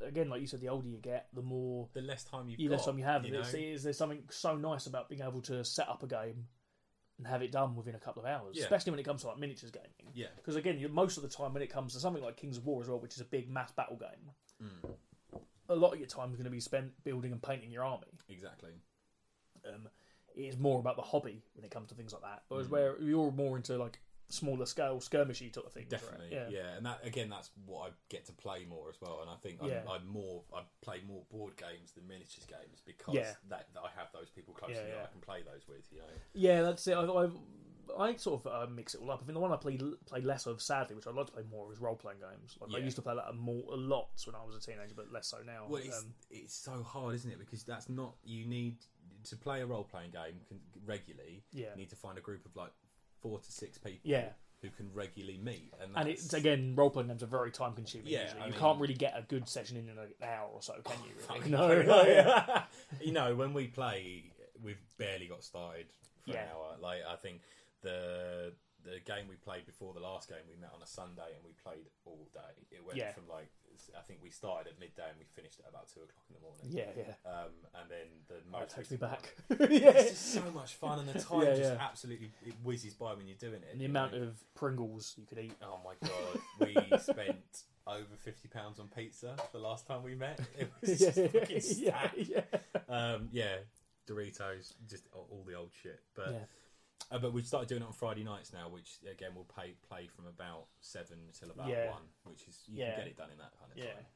[SPEAKER 1] again, like you said, the older you get, the more
[SPEAKER 2] the less time you've
[SPEAKER 1] you
[SPEAKER 2] got,
[SPEAKER 1] less time you have.
[SPEAKER 2] you
[SPEAKER 1] It's-
[SPEAKER 2] know?
[SPEAKER 1] it's- there's something so nice about being able to set up a game and have it done within a couple of hours,
[SPEAKER 2] Yeah.
[SPEAKER 1] especially when it comes to like miniatures gaming.
[SPEAKER 2] Yeah.
[SPEAKER 1] Because again, you- most of the time when it comes to something like Kings of War as well, which is a big mass battle game,
[SPEAKER 2] Mm.
[SPEAKER 1] a lot of your time is going to be spent building and painting your army.
[SPEAKER 2] exactly.
[SPEAKER 1] Um, it is more about the hobby when it comes to things like that. Whereas
[SPEAKER 2] Mm.
[SPEAKER 1] where you're more into like smaller scale skirmishy sort of things, right?
[SPEAKER 2] Definitely, yeah. and that again, that's what I get to play more as well. And I think I'm,
[SPEAKER 1] Yeah.
[SPEAKER 2] I'm more, I play more board games than miniatures games because
[SPEAKER 1] Yeah.
[SPEAKER 2] that, that I have those people close
[SPEAKER 1] Yeah,
[SPEAKER 2] to me that
[SPEAKER 1] yeah.
[SPEAKER 2] I can play those with. You know,
[SPEAKER 1] Yeah, that's it. I, I, I sort of uh, mix it all up. I think the one I play play less of, sadly, which I'd like to play more, of, is role playing games. Like I
[SPEAKER 2] Yeah.
[SPEAKER 1] used to play that a, more, a lot when I was a teenager, but less so now.
[SPEAKER 2] well, it's
[SPEAKER 1] Um,
[SPEAKER 2] it's so hard, isn't it? Because that's not you need to play a role playing game can, regularly.
[SPEAKER 1] Yeah.
[SPEAKER 2] you need to find a group of like four to six people.
[SPEAKER 1] Yeah.
[SPEAKER 2] who can regularly meet, and,
[SPEAKER 1] and
[SPEAKER 2] that's-
[SPEAKER 1] it's again, role playing games are very time consuming.
[SPEAKER 2] Yeah,
[SPEAKER 1] usually.
[SPEAKER 2] I
[SPEAKER 1] you
[SPEAKER 2] mean-
[SPEAKER 1] can't really get a good session in an hour or so, can you? Really?
[SPEAKER 2] <laughs> Fucking
[SPEAKER 1] no,
[SPEAKER 2] hell,
[SPEAKER 1] <laughs> yeah.
[SPEAKER 2] yeah. <laughs> you know, when we play, we've barely got started for an
[SPEAKER 1] Yeah.
[SPEAKER 2] hour. Like I think the the game we played before the last game, we met on a Sunday and we played all day. It went
[SPEAKER 1] Yeah.
[SPEAKER 2] from like I think we started at midday and we finished at about two o'clock in the morning.
[SPEAKER 1] yeah, yeah.
[SPEAKER 2] Um, and then the
[SPEAKER 1] Oh,
[SPEAKER 2] most
[SPEAKER 1] it takes me
[SPEAKER 2] recent
[SPEAKER 1] back. <laughs>
[SPEAKER 2] one-
[SPEAKER 1] yeah.
[SPEAKER 2] It's <laughs> just so much fun, and the time
[SPEAKER 1] Yeah,
[SPEAKER 2] just
[SPEAKER 1] yeah.
[SPEAKER 2] absolutely it whizzes by when you're doing it.
[SPEAKER 1] And the
[SPEAKER 2] you
[SPEAKER 1] amount
[SPEAKER 2] know?
[SPEAKER 1] of Pringles you could eat.
[SPEAKER 2] Oh my god, we spent over fifty pounds on pizza the last time we met. It was just fucking
[SPEAKER 1] <laughs> yeah,
[SPEAKER 2] stacked.
[SPEAKER 1] yeah.
[SPEAKER 2] Um, yeah, Doritos, just all all the old shit. But
[SPEAKER 1] Yeah.
[SPEAKER 2] uh, but we've started doing it on Friday nights now, which again we'll pay, play from about seven till about
[SPEAKER 1] Yeah.
[SPEAKER 2] one, which is you
[SPEAKER 1] Yeah.
[SPEAKER 2] can get it done in that kind of
[SPEAKER 1] Yeah.
[SPEAKER 2] time.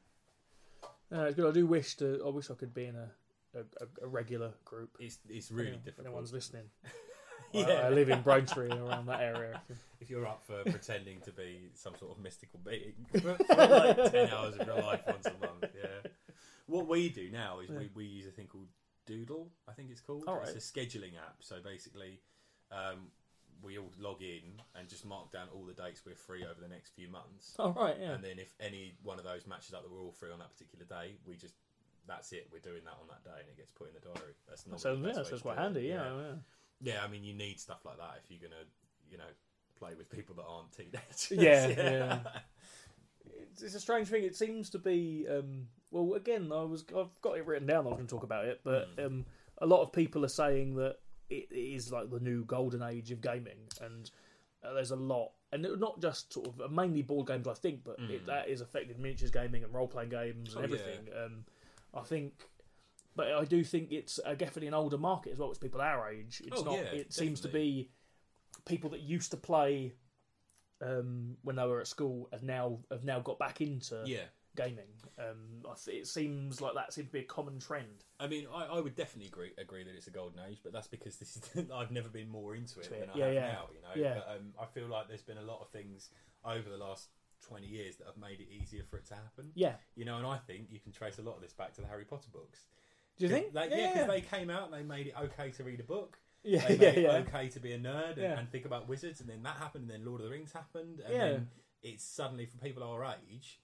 [SPEAKER 1] No, Uh, it's good. I do wish to. I wish I could be in a a, a- a regular group.
[SPEAKER 2] It's it's really
[SPEAKER 1] Anyone- if
[SPEAKER 2] difficult.
[SPEAKER 1] Anyone's listening? <laughs>
[SPEAKER 2] Yeah.
[SPEAKER 1] I, I live in Braintree and around that area.
[SPEAKER 2] If you're up for pretending to be some sort of mystical being <laughs> for like ten hours of your life once a month, yeah. What we do now is we, we use a thing called Doodle, I think it's called.
[SPEAKER 1] All
[SPEAKER 2] It's a scheduling app. So basically, um, we all log in and just mark down all the dates we're free over the next few months.
[SPEAKER 1] <laughs> All right, yeah.
[SPEAKER 2] And then if any one of those matches up that we're all free on that particular day, we just that's it. We're doing that on that day, and it gets put in the diary. That's not.
[SPEAKER 1] So yeah, so it's quite handy. Yeah, yeah.
[SPEAKER 2] Yeah, I mean, you need stuff like that if you're gonna, you know, play with people that aren't teenagers. <laughs>
[SPEAKER 1] <laughs> Yeah, yeah. It's, it's a strange thing. It seems to be. Um, well, again, I was I've got it written down. I was going to talk about it, but
[SPEAKER 2] Hmm.
[SPEAKER 1] um, a lot of people are saying that it, it is like the new golden age of gaming, and uh, there's a lot, and it- not just sort of mainly board games, I think, but it, that is affected miniatures gaming and role playing games and
[SPEAKER 2] Hmm. Oh, yeah.
[SPEAKER 1] everything. Um, I think. But I do think it's uh, definitely an older market as well. It's people our age. It's
[SPEAKER 2] Oh,
[SPEAKER 1] not.
[SPEAKER 2] yeah,
[SPEAKER 1] it seems to
[SPEAKER 2] definitely.
[SPEAKER 1] be people that used to play um, when they were at school have now have now got back into
[SPEAKER 2] Yeah.
[SPEAKER 1] gaming. Um, I th- it seems like that seems to be a common trend.
[SPEAKER 2] I mean, I, I would definitely agree, agree that it's a golden age, but that's because this is <laughs> I've never been more into it
[SPEAKER 1] To it,
[SPEAKER 2] than I
[SPEAKER 1] yeah,
[SPEAKER 2] have
[SPEAKER 1] yeah.
[SPEAKER 2] now. You know,
[SPEAKER 1] Yeah.
[SPEAKER 2] but, um, I feel like there's been a lot of things over the last twenty years that have made it easier for it to happen.
[SPEAKER 1] Yeah.
[SPEAKER 2] You know, and I think you can trace a lot of this back to the Harry Potter books.
[SPEAKER 1] Do you
[SPEAKER 2] 'Cause
[SPEAKER 1] think?
[SPEAKER 2] They, yeah, because they came out, they made it okay to read a book.
[SPEAKER 1] yeah,
[SPEAKER 2] They made
[SPEAKER 1] yeah,
[SPEAKER 2] it
[SPEAKER 1] yeah.
[SPEAKER 2] okay to be a nerd and,
[SPEAKER 1] Yeah.
[SPEAKER 2] and think about wizards, and then that happened, and then Lord of the Rings happened, and
[SPEAKER 1] Yeah.
[SPEAKER 2] then it's suddenly for people our age,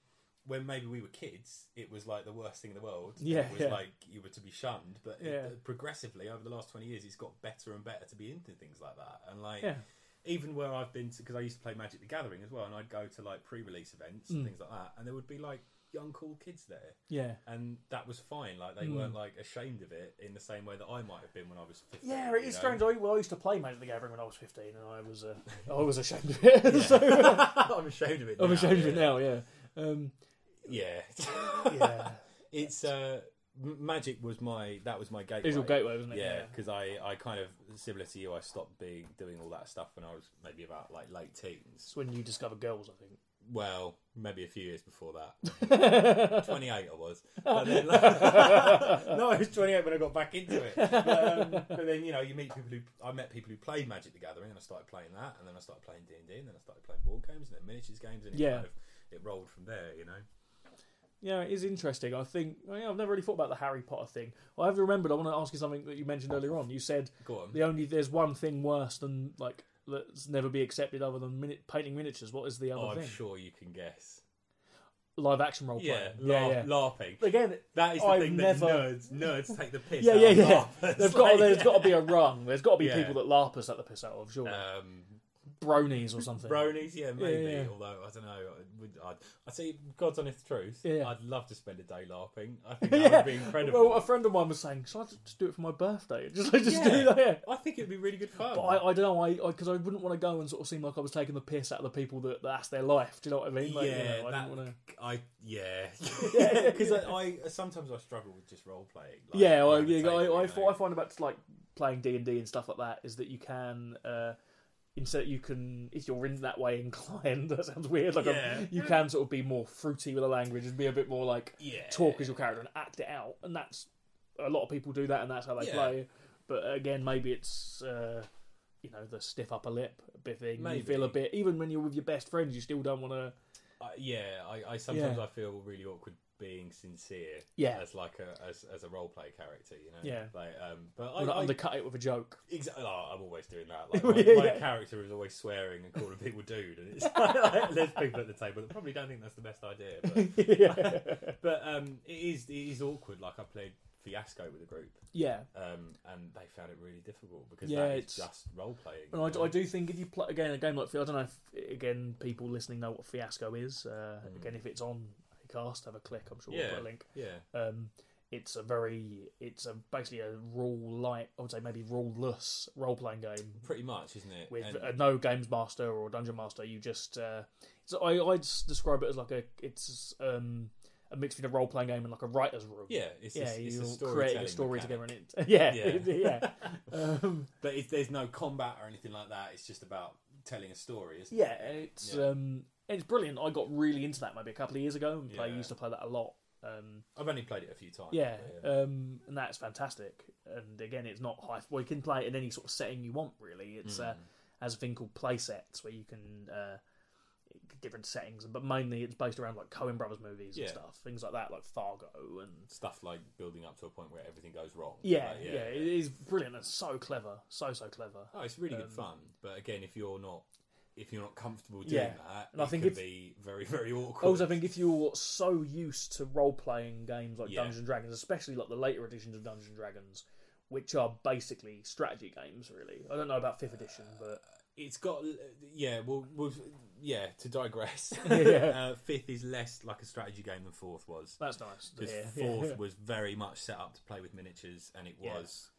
[SPEAKER 2] when maybe we were kids, it was like the worst thing in the world.
[SPEAKER 1] Yeah,
[SPEAKER 2] it was
[SPEAKER 1] yeah.
[SPEAKER 2] like you were to be shunned. But it-
[SPEAKER 1] Yeah.
[SPEAKER 2] progressively over the last twenty years, it's got better and better to be into things like that, and like.
[SPEAKER 1] Yeah.
[SPEAKER 2] Even where I've been to, because I used to play Magic the Gathering as well, and I'd go to like pre release events
[SPEAKER 1] Mm.
[SPEAKER 2] and things like that, and there would be like young, cool kids there
[SPEAKER 1] Yeah.
[SPEAKER 2] and that was fine. Like they
[SPEAKER 1] Hmm.
[SPEAKER 2] weren't like ashamed of it in the same way that I might have been when I was fifteen.
[SPEAKER 1] Yeah, it
[SPEAKER 2] you
[SPEAKER 1] is
[SPEAKER 2] know? <laughs>
[SPEAKER 1] strange. I, well, I used to play Magic the Gathering when I was 15 and I was <laughs> uh, I was ashamed of it. <laughs> so,
[SPEAKER 2] I'm ashamed of it. Now,
[SPEAKER 1] I'm ashamed of it
[SPEAKER 2] yeah.
[SPEAKER 1] now, yeah. Um,
[SPEAKER 2] Yeah, <laughs>
[SPEAKER 1] yeah.
[SPEAKER 2] it's uh, M- magic was my that was my gateway.
[SPEAKER 1] <laughs> Visual Gateway, wasn't it?
[SPEAKER 2] Yeah, because I I kind of similar to you, I stopped being doing all that stuff when I was maybe about like late teens.
[SPEAKER 1] It's when you discover girls, I think.
[SPEAKER 2] Well, maybe a few years before that. twenty eight, I
[SPEAKER 1] <laughs>
[SPEAKER 2] was. But then, <laughs> no, I was twenty eight when I got back into it. But, um, but then you know, you meet people who I met people who played Magic the Gathering, and I started playing that, and then I started playing D and D, and then I started playing board games, and then miniatures games, and it
[SPEAKER 1] Yeah.
[SPEAKER 2] kind of it rolled from there. You know,
[SPEAKER 1] <laughs> Yeah, it is interesting. I think well, yeah, I've never really thought about the Harry Potter thing. I have remembered. I want to ask you something that you mentioned earlier on. You said
[SPEAKER 2] go on.
[SPEAKER 1] the only there's one thing worse than like that's never be accepted other than mini- painting miniatures. What is the other
[SPEAKER 2] Oh, I'm
[SPEAKER 1] thing?
[SPEAKER 2] sure you can guess.
[SPEAKER 1] Live action role
[SPEAKER 2] Yeah,
[SPEAKER 1] playing.
[SPEAKER 2] lar- larping. <laughs>
[SPEAKER 1] Again,
[SPEAKER 2] That is the
[SPEAKER 1] I've
[SPEAKER 2] thing
[SPEAKER 1] never-
[SPEAKER 2] that nerds nerds take the piss.
[SPEAKER 1] yeah,
[SPEAKER 2] out
[SPEAKER 1] yeah,
[SPEAKER 2] of
[SPEAKER 1] yeah.
[SPEAKER 2] larpers.
[SPEAKER 1] There's
[SPEAKER 2] <laughs>
[SPEAKER 1] got
[SPEAKER 2] Like,
[SPEAKER 1] there's got to be a run. There's got to be
[SPEAKER 2] Yeah.
[SPEAKER 1] people that larp us at the piss out of. Sure,
[SPEAKER 2] Um,
[SPEAKER 1] bronies or something.
[SPEAKER 2] Bronies, yeah, maybe.
[SPEAKER 1] Yeah, yeah.
[SPEAKER 2] Although I don't know, I would I'd, I'd say God's honest truth.
[SPEAKER 1] Yeah.
[SPEAKER 2] I'd love to spend a day larping.
[SPEAKER 1] <laughs>
[SPEAKER 2] I think that would be incredible.
[SPEAKER 1] Well, a friend of mine was saying, "Shall I just do it for my birthday? <laughs> Just like, just
[SPEAKER 2] Yeah. Oh,
[SPEAKER 1] do that." Yeah.
[SPEAKER 2] I think it'd be really good fun.
[SPEAKER 1] But I, I don't know, I because I, wouldn't want to go and sort of seem like I was taking the piss out of the people that that's their life. Do you know what I mean? Like, you
[SPEAKER 2] yeah,
[SPEAKER 1] know, I
[SPEAKER 2] that,
[SPEAKER 1] didn't want to.
[SPEAKER 2] I yeah,
[SPEAKER 1] <laughs>
[SPEAKER 2] <laughs>
[SPEAKER 1] Yeah,
[SPEAKER 2] because I, I sometimes I struggle with just role playing. like,
[SPEAKER 1] Yeah, well,
[SPEAKER 2] around the
[SPEAKER 1] yeah,
[SPEAKER 2] table, you
[SPEAKER 1] I, I,
[SPEAKER 2] know.
[SPEAKER 1] what I find about like playing D and D and stuff like that is that you can. Uh, Instead, you can if you're in that way inclined. <laughs> That sounds weird. Like
[SPEAKER 2] Yeah.
[SPEAKER 1] a, you can sort of be more fruity with the language and be a bit more like
[SPEAKER 2] yeah
[SPEAKER 1] talk as your character and act it out. And that's a lot of people do that, and that's how they
[SPEAKER 2] Yeah.
[SPEAKER 1] play. But again, maybe it's uh, you know the stiff upper lip bit thing.
[SPEAKER 2] Maybe.
[SPEAKER 1] You feel a bit even when you're with your best friends, you still don't want to.
[SPEAKER 2] I, yeah. I, I sometimes
[SPEAKER 1] Yeah.
[SPEAKER 2] I feel really awkward being sincere.
[SPEAKER 1] Yeah.
[SPEAKER 2] as like a as, as a role play character, you know.
[SPEAKER 1] Yeah.
[SPEAKER 2] like um, but I,
[SPEAKER 1] I,
[SPEAKER 2] I
[SPEAKER 1] undercut it with
[SPEAKER 2] <laughs>
[SPEAKER 1] a joke. <laughs>
[SPEAKER 2] Exactly. Oh, I'm always doing that. Like, my, my
[SPEAKER 1] Yeah.
[SPEAKER 2] character is always swearing and calling people dude, and it's <laughs> like, there's people at the table that probably don't think that's the best idea. But,
[SPEAKER 1] <laughs> yeah,
[SPEAKER 2] <laughs> but um, it is it is awkward. Like I played Fiasco with a group,
[SPEAKER 1] yeah.
[SPEAKER 2] um, and they found it really difficult because
[SPEAKER 1] Yeah,
[SPEAKER 2] that is
[SPEAKER 1] it's-
[SPEAKER 2] just role playing.
[SPEAKER 1] And I, do- I do think if you play again a game like Fi- I don't know if again people listening know what Fiasco is. Uh, Again, if it's on cast, have a click. I'm sure we'll
[SPEAKER 2] Hmm. yeah,
[SPEAKER 1] put a link.
[SPEAKER 2] yeah,
[SPEAKER 1] Um, it's a very, it's a basically a rule light. I would say maybe ruleless role playing game
[SPEAKER 2] pretty much, isn't it?
[SPEAKER 1] with
[SPEAKER 2] And-
[SPEAKER 1] uh, no games master or dungeon master. You just, uh, it's, I I'd s- describe it as like a it's um, a mix between a role playing game and like a writer's room.
[SPEAKER 2] yeah, it's
[SPEAKER 1] yeah,
[SPEAKER 2] a, it's a
[SPEAKER 1] you're
[SPEAKER 2] storytelling
[SPEAKER 1] creating a story
[SPEAKER 2] mechanic.
[SPEAKER 1] together, and it, <laughs> yeah,
[SPEAKER 2] Yeah.
[SPEAKER 1] yeah, um,
[SPEAKER 2] But it's, there's no combat or anything like that. It's just about telling a story, isn't
[SPEAKER 1] yeah. It's
[SPEAKER 2] Yeah.
[SPEAKER 1] um, it's brilliant. I got really into that maybe a couple of years ago, and play
[SPEAKER 2] Yeah.
[SPEAKER 1] used to play that a lot. Um,
[SPEAKER 2] it? I've only played it a few times.
[SPEAKER 1] yeah,
[SPEAKER 2] but,
[SPEAKER 1] um, and that's fantastic. And again, it's not high. Well, you can play it
[SPEAKER 2] Hmm.
[SPEAKER 1] in any sort of setting you want, really. It's uh, as a thing called play sets where you can. Uh, different settings, but mainly it's based around like Coen Brothers movies and
[SPEAKER 2] Yeah.
[SPEAKER 1] stuff, things like that, like Fargo and
[SPEAKER 2] Stuff like building up to a point where everything goes wrong.
[SPEAKER 1] yeah,
[SPEAKER 2] Like,
[SPEAKER 1] yeah, it is brilliant. It's so clever, so so clever.
[SPEAKER 2] Oh, it's really
[SPEAKER 1] Um,
[SPEAKER 2] good fun. But again, if you're not if you're not comfortable doing
[SPEAKER 1] Yeah.
[SPEAKER 2] that,
[SPEAKER 1] And I
[SPEAKER 2] it
[SPEAKER 1] think
[SPEAKER 2] can
[SPEAKER 1] if-
[SPEAKER 2] be very very
[SPEAKER 1] I
[SPEAKER 2] awkward.
[SPEAKER 1] also think if you're so used to role playing games like
[SPEAKER 2] Yeah.
[SPEAKER 1] Dungeons and Dragons, especially like the later editions of Dungeons and Dragons, which are basically strategy games, really. I don't know about fifth edition,
[SPEAKER 2] <laughs>
[SPEAKER 1] but
[SPEAKER 2] it's got yeah. Well, we'll yeah. To
[SPEAKER 1] <laughs>
[SPEAKER 2] digress,
[SPEAKER 1] Yeah.
[SPEAKER 2] uh, fifth is less like a strategy game than fourth was.
[SPEAKER 1] that's nice. to
[SPEAKER 2] because
[SPEAKER 1] hear. <laughs>
[SPEAKER 2] fourth was very much set up to play with miniatures, and it
[SPEAKER 1] Yeah.
[SPEAKER 2] was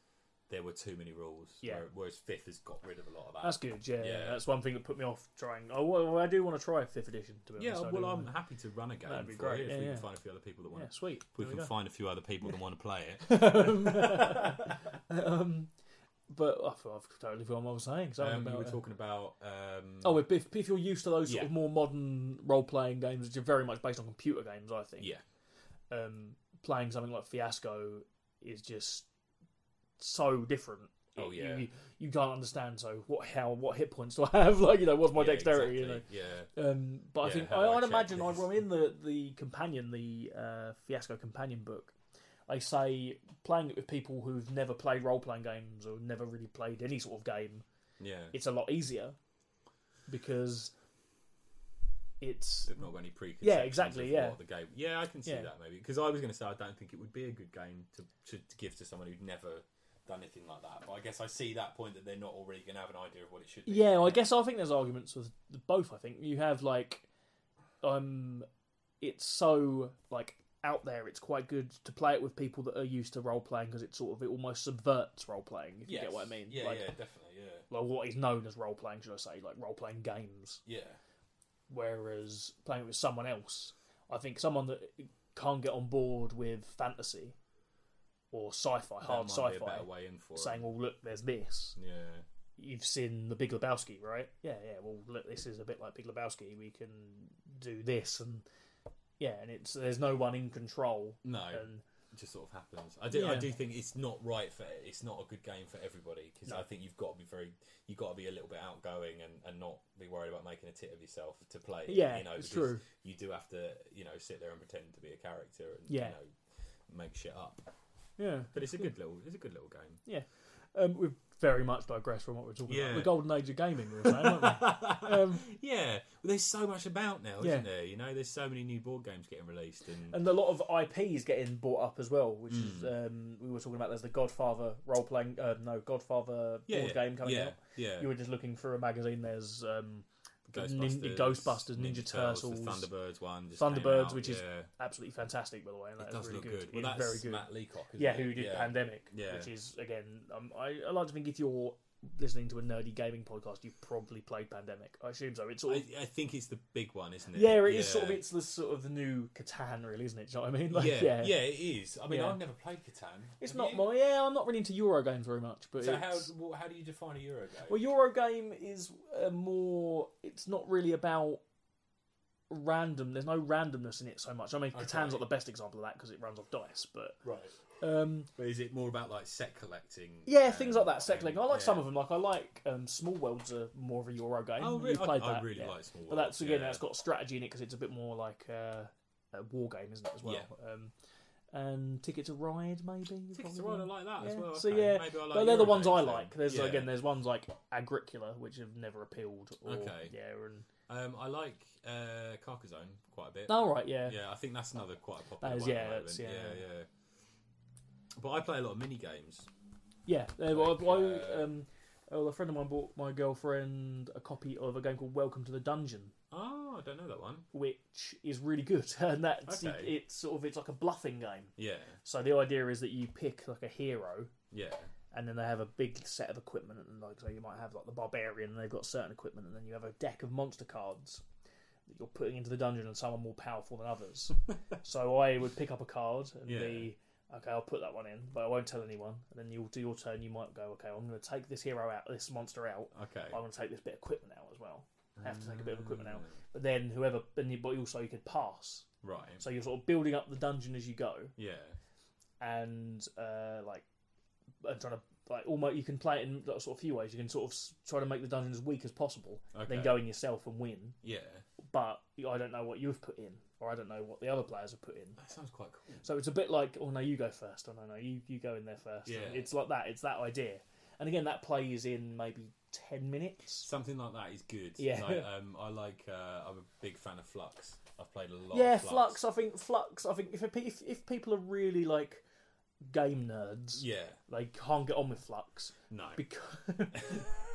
[SPEAKER 2] there were too many rules.
[SPEAKER 1] Yeah.
[SPEAKER 2] where- Whereas fifth has got rid of a lot of that.
[SPEAKER 1] That's good, yeah,
[SPEAKER 2] Yeah.
[SPEAKER 1] That's one thing that put me off trying. Oh, well, I do want to try fifth edition. To be
[SPEAKER 2] yeah,
[SPEAKER 1] honest, I
[SPEAKER 2] well,
[SPEAKER 1] do
[SPEAKER 2] I'm
[SPEAKER 1] wanna-
[SPEAKER 2] happy to run a game.
[SPEAKER 1] That'd be
[SPEAKER 2] for
[SPEAKER 1] great,
[SPEAKER 2] you if
[SPEAKER 1] yeah,
[SPEAKER 2] we
[SPEAKER 1] yeah.
[SPEAKER 2] can find a few other people that want.
[SPEAKER 1] yeah,
[SPEAKER 2] to
[SPEAKER 1] sweet.
[SPEAKER 2] We
[SPEAKER 1] There
[SPEAKER 2] can
[SPEAKER 1] go.
[SPEAKER 2] find a few other people that want to play it.
[SPEAKER 1] <laughs> um, but I thought I've totally forgotten what I was saying. So
[SPEAKER 2] um,
[SPEAKER 1] about
[SPEAKER 2] you were
[SPEAKER 1] it.
[SPEAKER 2] talking about um,
[SPEAKER 1] Oh, if, if you're used to those sort
[SPEAKER 2] Yeah.
[SPEAKER 1] of more modern role playing games, which are very much based on computer games, I think.
[SPEAKER 2] yeah,
[SPEAKER 1] Um, playing something like Fiasco is just so different.
[SPEAKER 2] Oh,
[SPEAKER 1] You-
[SPEAKER 2] yeah.
[SPEAKER 1] you, you can't understand. So what? How? What hit points do I have? <laughs> Like you know, what's my
[SPEAKER 2] yeah,
[SPEAKER 1] dexterity? You know.
[SPEAKER 2] exactly, Yeah,
[SPEAKER 1] Um, but I
[SPEAKER 2] Yeah,
[SPEAKER 1] think
[SPEAKER 2] how
[SPEAKER 1] I,
[SPEAKER 2] do I
[SPEAKER 1] I'd
[SPEAKER 2] check
[SPEAKER 1] imagine I,
[SPEAKER 2] this?
[SPEAKER 1] well, in the the companion, the uh, Fiasco companion book, they say playing it with people who've never played role playing games or never really played any sort of game,
[SPEAKER 2] yeah.
[SPEAKER 1] it's a lot easier because it's
[SPEAKER 2] They've not got any preconceptions.
[SPEAKER 1] exactly,
[SPEAKER 2] of
[SPEAKER 1] yeah.
[SPEAKER 2] what the game. Yeah, I can see
[SPEAKER 1] Yeah.
[SPEAKER 2] that maybe because I was going to say I don't think it would be a good game to, to, to give to someone who'd never done anything like that. But I guess I see that point that they're not already going to have an idea of what it should be.
[SPEAKER 1] yeah. I guess I think there's arguments with both. I think you have like um, it's so like out there. It's quite good to play it with people that are used to role playing because it sort of it almost subverts role playing. If you
[SPEAKER 2] Yes.
[SPEAKER 1] get what I mean?
[SPEAKER 2] Yeah,
[SPEAKER 1] like,
[SPEAKER 2] yeah, definitely. Yeah,
[SPEAKER 1] like what is known as role playing, should I say, like role playing games.
[SPEAKER 2] yeah.
[SPEAKER 1] Whereas playing with someone else, I think someone that can't get on board with fantasy or sci-fi, hard
[SPEAKER 2] that might be a
[SPEAKER 1] sci-fi,
[SPEAKER 2] better way in for
[SPEAKER 1] saying, "Well, look, there's this.
[SPEAKER 2] it. Yeah,
[SPEAKER 1] You've seen the Big Lebowski, right? Yeah, yeah. Well, look, this is a bit like Big Lebowski. We can do this and." Yeah, and it's there's no one in control,
[SPEAKER 2] no,
[SPEAKER 1] and
[SPEAKER 2] it just sort of happens. I do, I
[SPEAKER 1] Yeah.
[SPEAKER 2] do think it's not right for. It's not a good game for everybody because
[SPEAKER 1] No.
[SPEAKER 2] I think you've got to be very, you've got to be a little bit outgoing and, and not be worried about making a tit of yourself to play. it,
[SPEAKER 1] Yeah,
[SPEAKER 2] you know,
[SPEAKER 1] it's
[SPEAKER 2] because
[SPEAKER 1] true.
[SPEAKER 2] You do have to, you know, sit there and pretend to be a character and
[SPEAKER 1] Yeah.
[SPEAKER 2] you know, make shit up.
[SPEAKER 1] yeah,
[SPEAKER 2] But it's a good little, it's a good little game.
[SPEAKER 1] Um, we've very much digressed from what we're talking
[SPEAKER 2] Yeah.
[SPEAKER 1] about. The golden age of gaming, we were saying, weren't we?
[SPEAKER 2] <laughs>
[SPEAKER 1] Um,
[SPEAKER 2] yeah, well, there's so much about now,
[SPEAKER 1] Yeah.
[SPEAKER 2] isn't there? You know, there's so many new board games getting released and.
[SPEAKER 1] and a lot of IPs getting bought up as well, which
[SPEAKER 2] Hmm.
[SPEAKER 1] is um, we were talking about. There's the Godfather role playing, uh, no Godfather
[SPEAKER 2] yeah,
[SPEAKER 1] board
[SPEAKER 2] yeah,
[SPEAKER 1] game coming
[SPEAKER 2] yeah,
[SPEAKER 1] out.
[SPEAKER 2] Yeah,
[SPEAKER 1] You were just looking through a magazine. There's um,
[SPEAKER 2] Ghostbusters,
[SPEAKER 1] Nin- Ghostbusters, Ninja Turtles,
[SPEAKER 2] the Thunderbirds one, just
[SPEAKER 1] Thunderbirds,
[SPEAKER 2] came out,
[SPEAKER 1] which is-
[SPEAKER 2] yeah.
[SPEAKER 1] absolutely fantastic, by the way. And
[SPEAKER 2] it
[SPEAKER 1] that's
[SPEAKER 2] does
[SPEAKER 1] really
[SPEAKER 2] look
[SPEAKER 1] good.
[SPEAKER 2] good. Well,
[SPEAKER 1] It's
[SPEAKER 2] that's
[SPEAKER 1] very good.
[SPEAKER 2] Matt Leacock, isn't
[SPEAKER 1] yeah,
[SPEAKER 2] it?
[SPEAKER 1] who did
[SPEAKER 2] yeah.
[SPEAKER 1] Pandemic?
[SPEAKER 2] Yeah.
[SPEAKER 1] which is again, um, I, I like to think if you're listening to a nerdy gaming podcast, you've probably played Pandemic. I assume so. It's sort of,
[SPEAKER 2] I, I think it's the big one, isn't it?
[SPEAKER 1] yeah, it is sort of it's the sort of the new Catan, really, isn't it? Do you know what I mean? <laughs> Like,
[SPEAKER 2] yeah,
[SPEAKER 1] yeah,
[SPEAKER 2] yeah, it is. I mean,
[SPEAKER 1] Yeah.
[SPEAKER 2] I've never played Catan.
[SPEAKER 1] It's
[SPEAKER 2] Have
[SPEAKER 1] not
[SPEAKER 2] you?
[SPEAKER 1] my yeah. I'm not really into Euro games very much, but
[SPEAKER 2] So how
[SPEAKER 1] it's-
[SPEAKER 2] well, how do you define a Euro game?
[SPEAKER 1] Well, Eurogame is uh, more. It's not really about random. There's no randomness in it so much. I mean, Catan's
[SPEAKER 2] Okay.
[SPEAKER 1] not the best example of that because it runs off dice, but
[SPEAKER 2] right.
[SPEAKER 1] um,
[SPEAKER 2] But is it more about like set collecting?
[SPEAKER 1] yeah,
[SPEAKER 2] and-
[SPEAKER 1] things like that. Settling. I like
[SPEAKER 2] yeah.
[SPEAKER 1] some of them. Like I like um, Small Worlds are more of a Euro game.
[SPEAKER 2] Oh, really?
[SPEAKER 1] You played
[SPEAKER 2] I, I
[SPEAKER 1] that?
[SPEAKER 2] really
[SPEAKER 1] yeah.
[SPEAKER 2] like small.
[SPEAKER 1] But that's
[SPEAKER 2] Worlds,
[SPEAKER 1] again,
[SPEAKER 2] yeah.
[SPEAKER 1] that's got strategy in it because it's a bit more like uh, a war game, isn't it? As well. Um, and Ticket to Ride, maybe.
[SPEAKER 2] Tickets to
[SPEAKER 1] probably.
[SPEAKER 2] Ride, I like that as
[SPEAKER 1] Yeah.
[SPEAKER 2] well.
[SPEAKER 1] So,
[SPEAKER 2] okay.
[SPEAKER 1] yeah,
[SPEAKER 2] Maybe I like
[SPEAKER 1] but they're
[SPEAKER 2] Euro
[SPEAKER 1] the ones
[SPEAKER 2] games
[SPEAKER 1] I
[SPEAKER 2] then.
[SPEAKER 1] like. There's
[SPEAKER 2] Yeah.
[SPEAKER 1] again, there's ones like Agricola, which have never appealed. Or,
[SPEAKER 2] Okay.
[SPEAKER 1] Yeah, and
[SPEAKER 2] Um, I like uh, Carcassonne quite a bit.
[SPEAKER 1] all right, yeah.
[SPEAKER 2] Yeah, I think that's another quite a popular
[SPEAKER 1] That is-
[SPEAKER 2] one. at
[SPEAKER 1] yeah,
[SPEAKER 2] the moment.
[SPEAKER 1] that's-
[SPEAKER 2] yeah,
[SPEAKER 1] yeah.
[SPEAKER 2] yeah. But I play a lot of mini games.
[SPEAKER 1] Yeah, uh, well,
[SPEAKER 2] Like,
[SPEAKER 1] I-
[SPEAKER 2] uh,
[SPEAKER 1] um, well, a friend of mine bought my girlfriend a copy of a game called Welcome to the Dungeon,
[SPEAKER 2] Oh, I don't know that one.
[SPEAKER 1] which is really good, <laughs> and that's
[SPEAKER 2] Okay.
[SPEAKER 1] it, it's sort of it's like a bluffing game.
[SPEAKER 2] Yeah,
[SPEAKER 1] So the idea is that you pick like a hero,
[SPEAKER 2] yeah,
[SPEAKER 1] and then they have a big set of equipment, and like so you might have like the barbarian, and they've got certain equipment, and then you have a deck of monster cards that you're putting into the dungeon, and some are more powerful
[SPEAKER 2] <laughs>
[SPEAKER 1] than others. so I would pick up a card and
[SPEAKER 2] Yeah.
[SPEAKER 1] be okay, I'll put that one in, but I won't tell anyone. And then you'll do your turn. You might go, okay, I'm going to take this hero out, this monster out.
[SPEAKER 2] okay.
[SPEAKER 1] I'm going to take this bit of equipment out as well. I have to take a bit of equipment out.
[SPEAKER 2] Ah,
[SPEAKER 1] But then whoever, and you, but also you could pass.
[SPEAKER 2] Right.
[SPEAKER 1] So you're sort of building up the dungeon as you go
[SPEAKER 2] Yeah.
[SPEAKER 1] and uh, like and trying to like almost you can play it in like, sort of few ways. You can sort of s- try to make the dungeon as weak as possible,
[SPEAKER 2] Okay.
[SPEAKER 1] then going yourself and win.
[SPEAKER 2] Yeah.
[SPEAKER 1] But I don't know what you've put in, or I don't know what the other players have put in.
[SPEAKER 2] That sounds quite cool.
[SPEAKER 1] So it's a bit like, oh no, you go first. Oh no, no, you you go in there first.
[SPEAKER 2] Yeah.
[SPEAKER 1] It's like that. It's that idea. And again, that plays in maybe ten minutes.
[SPEAKER 2] Something like that is good.
[SPEAKER 1] Yeah. <laughs>
[SPEAKER 2] Like, um, I like. Uh, I'm a big fan of Flux. I've played a lot.
[SPEAKER 1] yeah,
[SPEAKER 2] of
[SPEAKER 1] flux. I think flux. I think if a pe- if if people are really like game nerds,
[SPEAKER 2] Yeah.
[SPEAKER 1] they can't get on with flux
[SPEAKER 2] No.
[SPEAKER 1] because <laughs>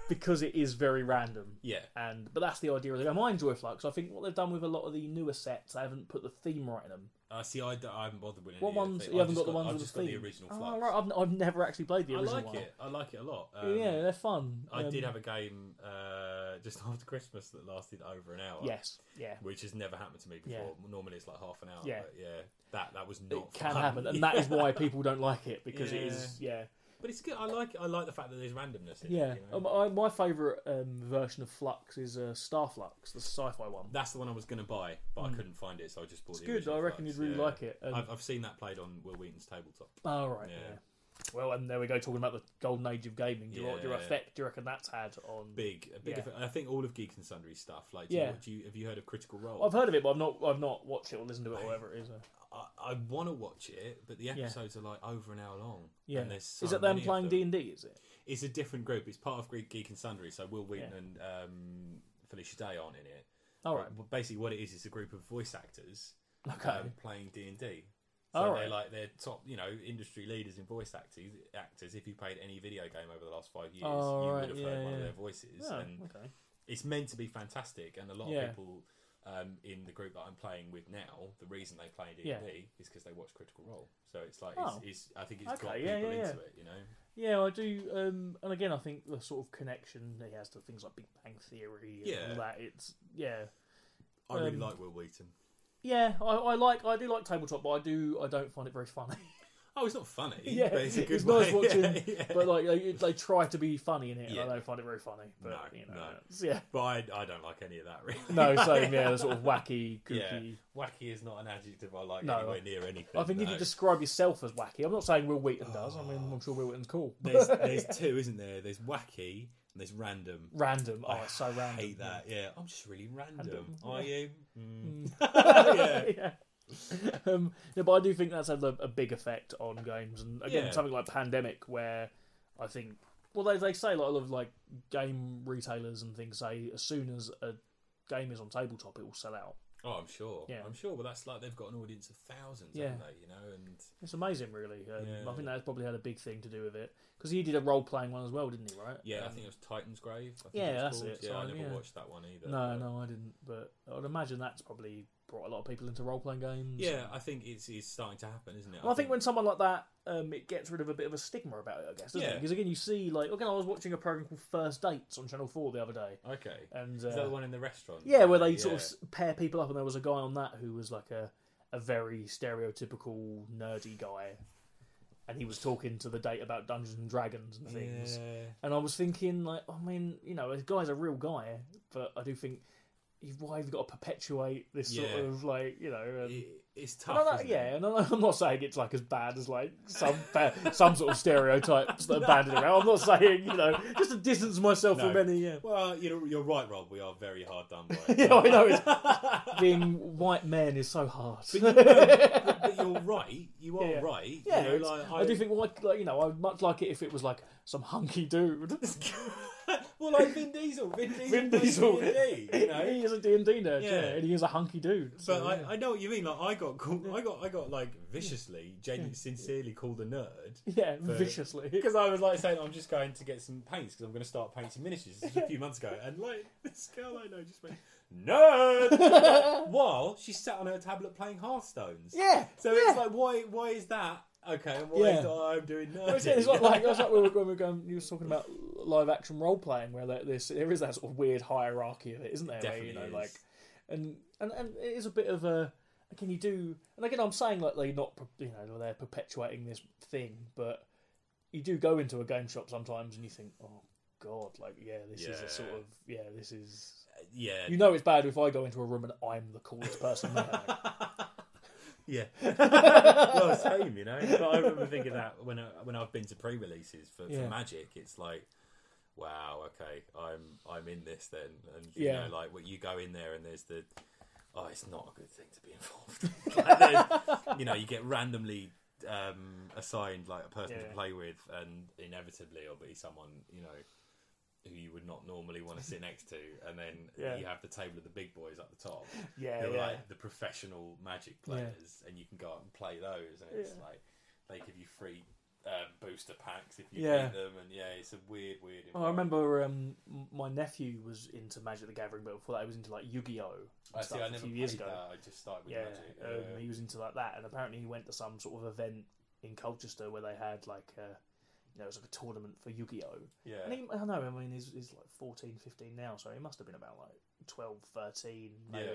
[SPEAKER 1] because it is very random.
[SPEAKER 2] yeah.
[SPEAKER 1] And but that's the idea of the game. I enjoy flux. I think what they've done with a lot of the newer sets, they haven't put the theme right in them.
[SPEAKER 2] Uh, see, I, d- I haven't bothered with any
[SPEAKER 1] What
[SPEAKER 2] of the
[SPEAKER 1] ones?
[SPEAKER 2] thing.
[SPEAKER 1] You
[SPEAKER 2] I've
[SPEAKER 1] haven't
[SPEAKER 2] just
[SPEAKER 1] got the ones
[SPEAKER 2] I've
[SPEAKER 1] with
[SPEAKER 2] just
[SPEAKER 1] the
[SPEAKER 2] got
[SPEAKER 1] theme.
[SPEAKER 2] the original
[SPEAKER 1] Oh,
[SPEAKER 2] Flux.
[SPEAKER 1] right. I've, I've never actually played the
[SPEAKER 2] I
[SPEAKER 1] original
[SPEAKER 2] like
[SPEAKER 1] one.
[SPEAKER 2] it. I like it a lot. Um,
[SPEAKER 1] yeah, they're fun.
[SPEAKER 2] I
[SPEAKER 1] Um,
[SPEAKER 2] did have a game uh, just <laughs> after Christmas that lasted over an hour.
[SPEAKER 1] Yes. Yeah.
[SPEAKER 2] Which has never happened to me before.
[SPEAKER 1] Yeah.
[SPEAKER 2] Normally it's like half an hour.
[SPEAKER 1] Yeah.
[SPEAKER 2] But yeah. That that was not.
[SPEAKER 1] It can
[SPEAKER 2] fun. <laughs>
[SPEAKER 1] happen, and that is why people don't like it because it is. Yeah.
[SPEAKER 2] But it's good. I like it. I like the fact that there's randomness. In
[SPEAKER 1] Yeah.
[SPEAKER 2] It, you know?
[SPEAKER 1] Um, I, my favourite um, version of Flux is uh, Star Flux, the sci-fi one.
[SPEAKER 2] That's the one I was going to buy, but I couldn't find it, so I just bought
[SPEAKER 1] Hmm. It's
[SPEAKER 2] the
[SPEAKER 1] good.
[SPEAKER 2] original
[SPEAKER 1] I reckon
[SPEAKER 2] Flux,
[SPEAKER 1] you'd really
[SPEAKER 2] yeah.
[SPEAKER 1] like it. um, And,
[SPEAKER 2] I've, I've seen that played on Will Wheaton's tabletop.
[SPEAKER 1] oh right. Yeah.
[SPEAKER 2] Yeah.
[SPEAKER 1] Well, and there we go talking about the golden age of gaming. Do, you, do you
[SPEAKER 2] Yeah.
[SPEAKER 1] affect? Do you reckon that's had on?
[SPEAKER 2] Big, a big.
[SPEAKER 1] Yeah.
[SPEAKER 2] effect. I think all of Geeks and Sundry stuff. Like, do you-
[SPEAKER 1] Yeah.
[SPEAKER 2] do you, have you heard of Critical Role?
[SPEAKER 1] I've heard of it, but I've not. I've not watched it or listened to it or whatever it is. uh.
[SPEAKER 2] I, I want to watch it, but the episodes are like over an hour long.
[SPEAKER 1] Yeah.
[SPEAKER 2] and there's so
[SPEAKER 1] is it them
[SPEAKER 2] many of
[SPEAKER 1] playing D and D? Is it?
[SPEAKER 2] It's a different group. It's part of Greek Geek and Sundry. So Will Wheaton and um, Felicia Day aren't in it.
[SPEAKER 1] All right.
[SPEAKER 2] But basically, what it is is a group of voice actors
[SPEAKER 1] Okay.
[SPEAKER 2] um, playing D and D. So
[SPEAKER 1] All
[SPEAKER 2] they're
[SPEAKER 1] right.
[SPEAKER 2] like they're top, you know, industry leaders in voice actors. Actors, if you played any video game over the last five years,
[SPEAKER 1] Oh,
[SPEAKER 2] you
[SPEAKER 1] right,
[SPEAKER 2] would have
[SPEAKER 1] yeah,
[SPEAKER 2] heard one of
[SPEAKER 1] yeah.
[SPEAKER 2] their voices.
[SPEAKER 1] Oh,
[SPEAKER 2] And
[SPEAKER 1] okay.
[SPEAKER 2] it's meant to be fantastic, and a lot
[SPEAKER 1] Yeah.
[SPEAKER 2] of people um, in the group that I'm playing with now, the reason they play D
[SPEAKER 1] Yeah.
[SPEAKER 2] and D is because they watch Critical Role. So it's like,
[SPEAKER 1] Oh.
[SPEAKER 2] it's, it's, I think it's got
[SPEAKER 1] Okay,
[SPEAKER 2] people
[SPEAKER 1] yeah, yeah,
[SPEAKER 2] into
[SPEAKER 1] yeah.
[SPEAKER 2] it, you know.
[SPEAKER 1] Yeah, I do. Um, and again, I think the sort of connection that he has to things like Big Bang Theory and
[SPEAKER 2] Yeah.
[SPEAKER 1] all that. It's yeah,
[SPEAKER 2] I really
[SPEAKER 1] Um,
[SPEAKER 2] like Will Wheaton.
[SPEAKER 1] yeah. I, I like. I do like tabletop, but I do. I don't find it very funny. <laughs>
[SPEAKER 2] Oh, it's not funny.
[SPEAKER 1] Yeah,
[SPEAKER 2] but it's a good
[SPEAKER 1] it's
[SPEAKER 2] <laughs> way.
[SPEAKER 1] nice watching,
[SPEAKER 2] Yeah, yeah.
[SPEAKER 1] but like they, they try to be funny in it,
[SPEAKER 2] Yeah.
[SPEAKER 1] and I don't find it very funny. But
[SPEAKER 2] No,
[SPEAKER 1] you know,
[SPEAKER 2] no.
[SPEAKER 1] it's- yeah.
[SPEAKER 2] But I, I don't like any of that. Really, <laughs>
[SPEAKER 1] No, same. Yeah, the sort of wacky, kooky.
[SPEAKER 2] wacky is not an adjective I like
[SPEAKER 1] No.
[SPEAKER 2] anywhere near anything.
[SPEAKER 1] I think if
[SPEAKER 2] no.
[SPEAKER 1] you describe yourself as wacky, I'm not saying Will Wheaton does. I mean,
[SPEAKER 2] Oh.
[SPEAKER 1] I'm sure Will
[SPEAKER 2] <laughs>
[SPEAKER 1] Wheaton's cool.
[SPEAKER 2] <laughs> there's, there's two, isn't there? There's wacky and there's random.
[SPEAKER 1] random. Oh,
[SPEAKER 2] I
[SPEAKER 1] it's so random.
[SPEAKER 2] hate that. Yeah, I'm just really random.
[SPEAKER 1] Random,
[SPEAKER 2] Are
[SPEAKER 1] yeah.
[SPEAKER 2] you? <laughs> Mm.
[SPEAKER 1] <laughs> <laughs> yeah. Um, no, but I do think that's had a, a big effect on games, and again,
[SPEAKER 2] Yeah.
[SPEAKER 1] something like Pandemic, where I think, well, they, they say like, a lot of like game retailers and things say as soon as a game is on tabletop, it will sell out.
[SPEAKER 2] Oh, I'm sure.
[SPEAKER 1] Yeah.
[SPEAKER 2] I'm sure. But that's like they've got an audience of thousands, haven't
[SPEAKER 1] Yeah.
[SPEAKER 2] they? You know, and
[SPEAKER 1] It's amazing, really. Um,
[SPEAKER 2] Yeah.
[SPEAKER 1] I think that's probably had a big thing to do with it because he did a role playing one as well, didn't he? Right?
[SPEAKER 2] yeah, I
[SPEAKER 1] Um,
[SPEAKER 2] think it was Titan's Grave. I think
[SPEAKER 1] yeah,
[SPEAKER 2] it was
[SPEAKER 1] that's
[SPEAKER 2] called.
[SPEAKER 1] it.
[SPEAKER 2] Yeah,
[SPEAKER 1] So,
[SPEAKER 2] I never
[SPEAKER 1] yeah.
[SPEAKER 2] watched that one either.
[SPEAKER 1] No,
[SPEAKER 2] but-
[SPEAKER 1] no, I didn't. But I'd imagine that's probably brought a lot of people into role playing games.
[SPEAKER 2] Yeah, I think it's, it's starting to happen, isn't it?
[SPEAKER 1] Well, I think when someone like that, um, it gets rid of a bit of a stigma about it, I guess, doesn't it?
[SPEAKER 2] Yeah.
[SPEAKER 1] Because again, you see, like, again, I was watching a program called First Dates on Channel Four the other day,
[SPEAKER 2] okay,
[SPEAKER 1] and
[SPEAKER 2] is that the
[SPEAKER 1] uh,
[SPEAKER 2] one in the restaurant?
[SPEAKER 1] yeah, where they sort of
[SPEAKER 2] Yeah.
[SPEAKER 1] s- pair people up, and there was a guy on that who was like a a very stereotypical nerdy guy, and he was talking to the date about Dungeons and Dragons and things,
[SPEAKER 2] Yeah.
[SPEAKER 1] and I was thinking, like, I mean, you know, a guy's a real guy, but I do think. you- Why have you got to perpetuate this
[SPEAKER 2] Yeah.
[SPEAKER 1] sort of like you know um,
[SPEAKER 2] It- it's
[SPEAKER 1] and
[SPEAKER 2] tough.
[SPEAKER 1] I'm not-
[SPEAKER 2] isn't it?
[SPEAKER 1] yeah, and I'm I'm not saying it's like as bad as like some fa- some sort
[SPEAKER 2] <laughs>
[SPEAKER 1] of stereotypes that are banded around. I'm not saying you know just to distance myself
[SPEAKER 2] No.
[SPEAKER 1] from any. Yeah,
[SPEAKER 2] Well, you're, you're right, Rob. We are very hard done
[SPEAKER 1] <laughs>
[SPEAKER 2] by.
[SPEAKER 1] yeah I know.
[SPEAKER 2] <laughs>
[SPEAKER 1] It's, being white men is so hard. <laughs>
[SPEAKER 2] but, but you're right. You are
[SPEAKER 1] Yeah.
[SPEAKER 2] right.
[SPEAKER 1] yeah,
[SPEAKER 2] you know,
[SPEAKER 1] it's-
[SPEAKER 2] like,
[SPEAKER 1] I, do think like, like you know I'd much like it if it was like some hunky dude.
[SPEAKER 2] <laughs> well, like Vin Diesel. Vin Diesel.
[SPEAKER 1] Vin
[SPEAKER 2] plays
[SPEAKER 1] Diesel,
[SPEAKER 2] D&D, you know.
[SPEAKER 1] he is a D and D nerd, <laughs> yeah.
[SPEAKER 2] Yeah.
[SPEAKER 1] and he is a hunky dude.
[SPEAKER 2] But
[SPEAKER 1] so, yeah.
[SPEAKER 2] I, I know what you mean. Like I got called, I got, I got like viciously, genuinely, sincerely called a nerd
[SPEAKER 1] yeah,
[SPEAKER 2] but- <laughs>
[SPEAKER 1] viciously.
[SPEAKER 2] because I was like saying I'm just going to get some paints because I'm going to start painting miniatures. This was a few months ago, and like this girl I know just went
[SPEAKER 1] <laughs>
[SPEAKER 2] nerd while she sat on her tablet playing Hearthstones.
[SPEAKER 1] Yeah,
[SPEAKER 2] So
[SPEAKER 1] yeah.
[SPEAKER 2] it's like, why, why is that okay? And why
[SPEAKER 1] Yeah.
[SPEAKER 2] is that I'm doing nerd?
[SPEAKER 1] Well, it's, it's not like that's like we were, when we were going. You were talking about live action role playing, where there, there's there is that sort of weird hierarchy of it, isn't there? Where,
[SPEAKER 2] Definitely
[SPEAKER 1] you know,
[SPEAKER 2] is.
[SPEAKER 1] like, and and and it is a bit of a. Can you do? And again, I'm saying like they're not, per- you know, they're perpetuating this thing, but you do go into a game shop sometimes and you think, oh god, like yeah, this is
[SPEAKER 2] Yeah.
[SPEAKER 1] a sort of yeah, this is.
[SPEAKER 2] yeah, <laughs>
[SPEAKER 1] You know, it's bad if I go into a room and I'm the coolest person there.
[SPEAKER 2] Yeah. well, same, you know. But I remember thinking that when I, when I've been to pre-releases for,
[SPEAKER 1] Yeah.
[SPEAKER 2] for Magic, it's like, wow, okay, I'm I'm in this then, and
[SPEAKER 1] Yeah.
[SPEAKER 2] you know, like what you go in there and there's the, oh, it's not a good thing to be involved. <laughs> like there's- you know, you get randomly um, assigned like a person
[SPEAKER 1] Yeah.
[SPEAKER 2] to play with, and inevitably it'll be someone you know. Who you would not normally want to sit next to, and then
[SPEAKER 1] Yeah.
[SPEAKER 2] you have the table of the big boys at the top,
[SPEAKER 1] Yeah,
[SPEAKER 2] who are
[SPEAKER 1] yeah.
[SPEAKER 2] like the professional magic players, and you can go out and play those, and it's
[SPEAKER 1] Yeah.
[SPEAKER 2] like they give you free um, booster packs if you
[SPEAKER 1] Yeah.
[SPEAKER 2] beat them, and yeah, it's a weird, weird.
[SPEAKER 1] Oh, I
[SPEAKER 2] environment.
[SPEAKER 1] remember um, m- my nephew was into Magic the Gathering, but before that, he was into like Yu Gi Oh!
[SPEAKER 2] I see. I
[SPEAKER 1] a
[SPEAKER 2] never
[SPEAKER 1] few years
[SPEAKER 2] played
[SPEAKER 1] ago.
[SPEAKER 2] that. I just started with
[SPEAKER 1] Yeah,
[SPEAKER 2] magic.
[SPEAKER 1] um,
[SPEAKER 2] yeah.
[SPEAKER 1] he was into like that, and apparently he went to some sort of event in Colchester where they had like a, you know, it was like a tournament for Yu Gi Oh.
[SPEAKER 2] Yeah.
[SPEAKER 1] And he, I don't know, I mean, he's, he's like 14, 15 now, so he must have been about like 12, 13, maybe.
[SPEAKER 2] Yeah.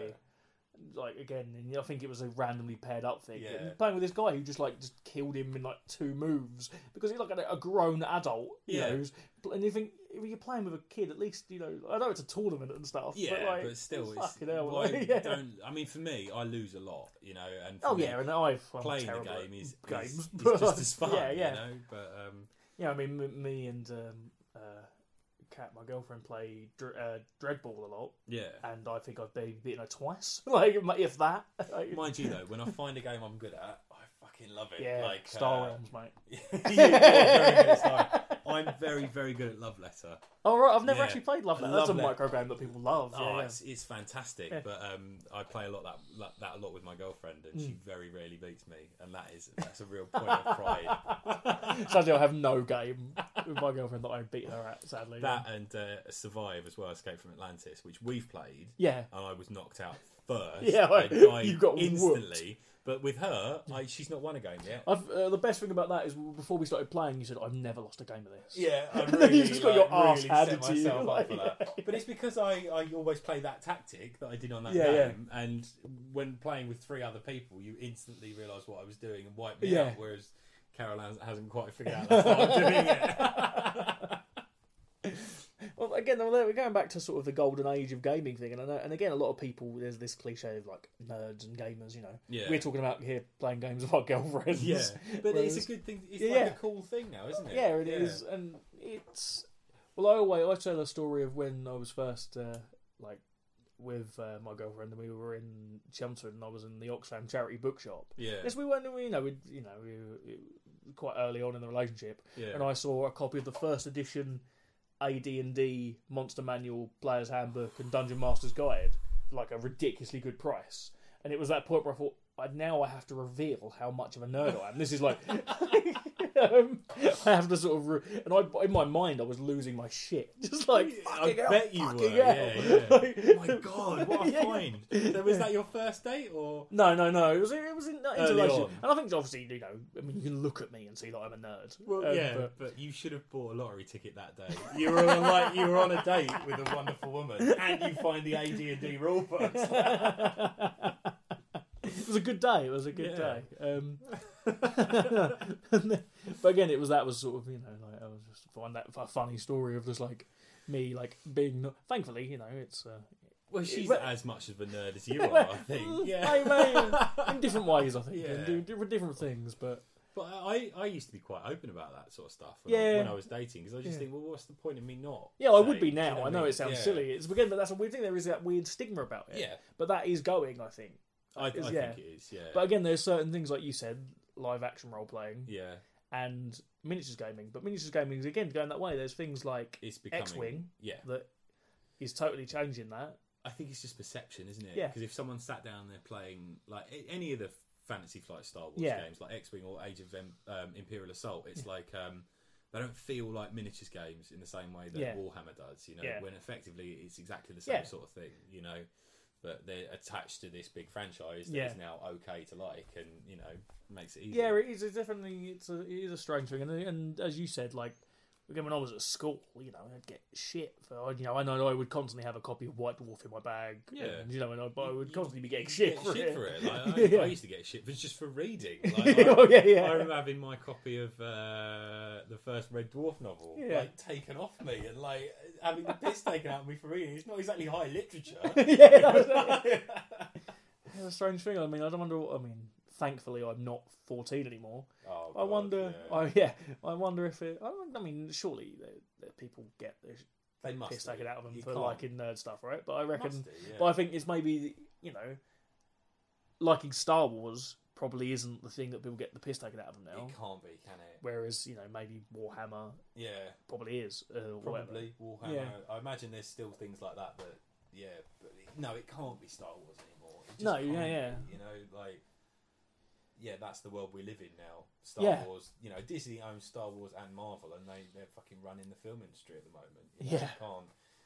[SPEAKER 1] Like again, and I think it was a randomly paired up thing.
[SPEAKER 2] Yeah.
[SPEAKER 1] And playing with this guy who just like just killed him in like two moves because he's like a, a grown adult, you
[SPEAKER 2] Yeah.
[SPEAKER 1] know. who's- And you think if you're playing with a kid, at least you know. I know it's a tournament and stuff,
[SPEAKER 2] Yeah,
[SPEAKER 1] but
[SPEAKER 2] but,
[SPEAKER 1] like
[SPEAKER 2] still, it's,
[SPEAKER 1] fucking hell,
[SPEAKER 2] why
[SPEAKER 1] like, <laughs> yeah.
[SPEAKER 2] don't. I mean, for me, I lose a lot, you know. And for
[SPEAKER 1] Oh
[SPEAKER 2] me,
[SPEAKER 1] yeah, and I've I'm
[SPEAKER 2] playing the
[SPEAKER 1] terrible at
[SPEAKER 2] game is,
[SPEAKER 1] games,
[SPEAKER 2] is, is
[SPEAKER 1] but- <laughs>
[SPEAKER 2] just as fun.
[SPEAKER 1] Yeah, yeah,
[SPEAKER 2] You know, but um,
[SPEAKER 1] yeah. I mean, m- me and um, uh, Kat, my girlfriend, play dr- uh, Dreadball a lot,
[SPEAKER 2] yeah.
[SPEAKER 1] and I think I've been beaten her twice, <laughs> like if that. <laughs> Like,
[SPEAKER 2] Mind you, though, when I find a game I'm good at, I fucking love it.
[SPEAKER 1] yeah,
[SPEAKER 2] like
[SPEAKER 1] Star
[SPEAKER 2] uh,
[SPEAKER 1] Realms, mate.
[SPEAKER 2] <laughs> you are very good at
[SPEAKER 1] <laughs>
[SPEAKER 2] Star Realms. I'm very, very good at Love Letter.
[SPEAKER 1] Oh right, I've never
[SPEAKER 2] yeah.
[SPEAKER 1] actually played Love. Letter.
[SPEAKER 2] Love
[SPEAKER 1] That's a
[SPEAKER 2] Letter.
[SPEAKER 1] micro game that people love.
[SPEAKER 2] Oh,
[SPEAKER 1] yeah,
[SPEAKER 2] it's, it's fantastic.
[SPEAKER 1] Yeah.
[SPEAKER 2] But um, I play a lot that, that that a lot with my girlfriend, and
[SPEAKER 1] Mm.
[SPEAKER 2] she very rarely beats me, and that is that's a real point of
[SPEAKER 1] <laughs>
[SPEAKER 2] pride.
[SPEAKER 1] yeah. Sadly, I
[SPEAKER 2] <laughs>
[SPEAKER 1] have no game with my girlfriend that I beat her at. Sadly,
[SPEAKER 2] That and uh, Survive as well, Escape from Atlantis, which we've played,
[SPEAKER 1] yeah.
[SPEAKER 2] and I was knocked
[SPEAKER 1] <laughs>
[SPEAKER 2] out first.
[SPEAKER 1] Yeah,
[SPEAKER 2] I died
[SPEAKER 1] you got whooped.
[SPEAKER 2] instantly. But with her, I, she's not won a game yet.
[SPEAKER 1] I've, uh, the best thing about that is before we started playing, you said I've never lost a game of <laughs> this.
[SPEAKER 2] Yeah, I
[SPEAKER 1] And then
[SPEAKER 2] really,
[SPEAKER 1] you just got your
[SPEAKER 2] like,
[SPEAKER 1] arse
[SPEAKER 2] really
[SPEAKER 1] handed
[SPEAKER 2] set
[SPEAKER 1] to you,
[SPEAKER 2] myself
[SPEAKER 1] like,
[SPEAKER 2] up for that.
[SPEAKER 1] <laughs>
[SPEAKER 2] But it's because I, I always play that tactic that I did on that
[SPEAKER 1] Yeah, yeah.
[SPEAKER 2] game, and when playing with three other people, you instantly realise what I was doing and wipe me
[SPEAKER 1] Yeah.
[SPEAKER 2] out. Whereas Carol has- hasn't quite figured out that's what I'm doing
[SPEAKER 1] <laughs>
[SPEAKER 2] yet.
[SPEAKER 1] Well, again, though, we're going back to sort of the golden age of gaming thing, and I know, and again, a lot of people there's this cliche of like nerds and gamers. You know,
[SPEAKER 2] Yeah.
[SPEAKER 1] we're talking about here playing games with our <laughs>
[SPEAKER 2] <laughs>
[SPEAKER 1] girlfriends.
[SPEAKER 2] Yeah, but it's
[SPEAKER 1] Whereas-
[SPEAKER 2] a good thing. It's
[SPEAKER 1] Yeah,
[SPEAKER 2] like
[SPEAKER 1] yeah.
[SPEAKER 2] a cool thing now, isn't it?
[SPEAKER 1] yeah, it is, and it's well. I always I tell a story of when I was first uh, like with uh, my girlfriend, and we were in Chelmsford, and I was in the Oxfam charity bookshop.
[SPEAKER 2] Yeah,
[SPEAKER 1] Yes, we weren't. You know, we you know we were quite early on in the relationship,
[SPEAKER 2] yeah.
[SPEAKER 1] <laughs> and I saw a copy of the first edition AD and D Monster Manual, Player's Handbook, and Dungeon Master's Guide for like a ridiculously good price. And it was that point where I thought, I, now I have to reveal how much of a nerd I am. This is like, <laughs> um, I have to sort of, re- and I in my mind I was losing my shit, <laughs> just like
[SPEAKER 2] I
[SPEAKER 1] fucking hell,
[SPEAKER 2] bet you were.
[SPEAKER 1] fucking
[SPEAKER 2] Yeah,
[SPEAKER 1] hell.
[SPEAKER 2] yeah.
[SPEAKER 1] <laughs> Like-
[SPEAKER 2] oh my god, what a
[SPEAKER 1] Yeah, yeah.
[SPEAKER 2] find! So was that your first date or?
[SPEAKER 1] No, no, no. It was it was in, not into
[SPEAKER 2] Early
[SPEAKER 1] relationship.
[SPEAKER 2] on.
[SPEAKER 1] and I think obviously you know, I mean, you can look at me and see that I'm a nerd.
[SPEAKER 2] Well,
[SPEAKER 1] Um,
[SPEAKER 2] yeah,
[SPEAKER 1] but-
[SPEAKER 2] but, you should have bought a lottery ticket that day. You were on like you were on a date with a wonderful woman, and you find the AD and D rule books.
[SPEAKER 1] it was a good day. It was a good
[SPEAKER 2] Yeah.
[SPEAKER 1] day. Um, <laughs> and then- but again, it was that was sort of you know like I was just find that a funny story of just like me like being not, thankfully you know it's uh,
[SPEAKER 2] Well, she's
[SPEAKER 1] Well-
[SPEAKER 2] as much of a nerd as <laughs> you are, I think.
[SPEAKER 1] I
[SPEAKER 2] Yeah, <laughs>
[SPEAKER 1] mean, Mm, in different ways I think
[SPEAKER 2] Yeah.
[SPEAKER 1] in di- different different things but
[SPEAKER 2] but I, I used to be quite open about that sort of stuff when, I,
[SPEAKER 1] Yeah.
[SPEAKER 2] when I was dating because I just
[SPEAKER 1] Yeah.
[SPEAKER 2] think, well, what's the point of me not?
[SPEAKER 1] yeah I would
[SPEAKER 2] saying?
[SPEAKER 1] be
[SPEAKER 2] Do you
[SPEAKER 1] now
[SPEAKER 2] what
[SPEAKER 1] I know
[SPEAKER 2] mean?
[SPEAKER 1] it sounds
[SPEAKER 2] Yeah.
[SPEAKER 1] silly it's again but that's a weird thing there is that weird stigma about it
[SPEAKER 2] Yeah,
[SPEAKER 1] but that is going I think
[SPEAKER 2] I, I
[SPEAKER 1] Is- yeah.
[SPEAKER 2] think it is. Yeah,
[SPEAKER 1] but again there's certain things like you said live action role playing
[SPEAKER 2] yeah,
[SPEAKER 1] and miniatures gaming. But miniatures gaming is again going that way. There's things like
[SPEAKER 2] it's becoming.
[SPEAKER 1] X-wing
[SPEAKER 2] Yeah,
[SPEAKER 1] that is totally changing that.
[SPEAKER 2] I think it's just perception, isn't it?
[SPEAKER 1] Yeah.
[SPEAKER 2] Because if someone sat down there playing like a- any of the Fantasy Flight Star Wars
[SPEAKER 1] Yeah.
[SPEAKER 2] games, like X Wing or Age of Em- um, Imperial Assault, it's like um, they don't feel like miniatures games in the same way that
[SPEAKER 1] Yeah.
[SPEAKER 2] Warhammer does. You know,
[SPEAKER 1] Yeah.
[SPEAKER 2] when effectively it's exactly the same
[SPEAKER 1] Yeah.
[SPEAKER 2] sort of thing. You know, but they're attached to this big franchise that is
[SPEAKER 1] Yeah.
[SPEAKER 2] now okay to like, and you know, makes it easier.
[SPEAKER 1] Yeah, it is it's definitely it's a it is a strange thing. And and as you said, like again when I was at school, you know, I'd get shit for you know I know I would constantly have a copy of White Dwarf in my bag.
[SPEAKER 2] Yeah.
[SPEAKER 1] and, you know, and I, but I would
[SPEAKER 2] you-
[SPEAKER 1] constantly be getting
[SPEAKER 2] You
[SPEAKER 1] shit,
[SPEAKER 2] get
[SPEAKER 1] for,
[SPEAKER 2] shit
[SPEAKER 1] it. <laughs>
[SPEAKER 2] for it. Like, I,
[SPEAKER 1] Yeah.
[SPEAKER 2] I used to get shit, but it's just for reading.
[SPEAKER 1] <laughs>
[SPEAKER 2] Like, I-
[SPEAKER 1] oh yeah, yeah.
[SPEAKER 2] I
[SPEAKER 1] <laughs>
[SPEAKER 2] remember having my copy of uh, the first Red Dwarf novel
[SPEAKER 1] Yeah.
[SPEAKER 2] like taken off me and like having the piss taken out of me for reading. It's not exactly high
[SPEAKER 1] <laughs>
[SPEAKER 2] literature. <laughs>
[SPEAKER 1] yeah, that was- It's a strange thing. I mean, I don't wonder. What, I mean, thankfully, I'm not 14 anymore.
[SPEAKER 2] Oh,
[SPEAKER 1] I
[SPEAKER 2] God,
[SPEAKER 1] wonder.
[SPEAKER 2] yeah.
[SPEAKER 1] Oh yeah, I wonder if it. I don't- I mean, surely the, the people get their
[SPEAKER 2] they must
[SPEAKER 1] piss
[SPEAKER 2] do.
[SPEAKER 1] taken out of them
[SPEAKER 2] You
[SPEAKER 1] for
[SPEAKER 2] can't.
[SPEAKER 1] liking nerd stuff, right? But I reckon.
[SPEAKER 2] Must do, yeah.
[SPEAKER 1] But I think it's maybe you know, liking Star Wars probably isn't the thing that people get the piss taken out of them now.
[SPEAKER 2] It can't be, can it?
[SPEAKER 1] Whereas you know maybe Warhammer
[SPEAKER 2] Yeah,
[SPEAKER 1] probably is. Uh, or whatever.
[SPEAKER 2] probably Warhammer.
[SPEAKER 1] Yeah.
[SPEAKER 2] I imagine there's still things like that, but yeah, but it- no, it can't be Star Wars anymore. It just
[SPEAKER 1] No, yeah,
[SPEAKER 2] can't
[SPEAKER 1] yeah.
[SPEAKER 2] be, You know, like yeah, that's the world we live in now. Star
[SPEAKER 1] Yeah.
[SPEAKER 2] Wars. You know, Disney owns Star Wars and Marvel, and they they're fucking running the film industry at the moment. You know,
[SPEAKER 1] Yeah.
[SPEAKER 2] it can't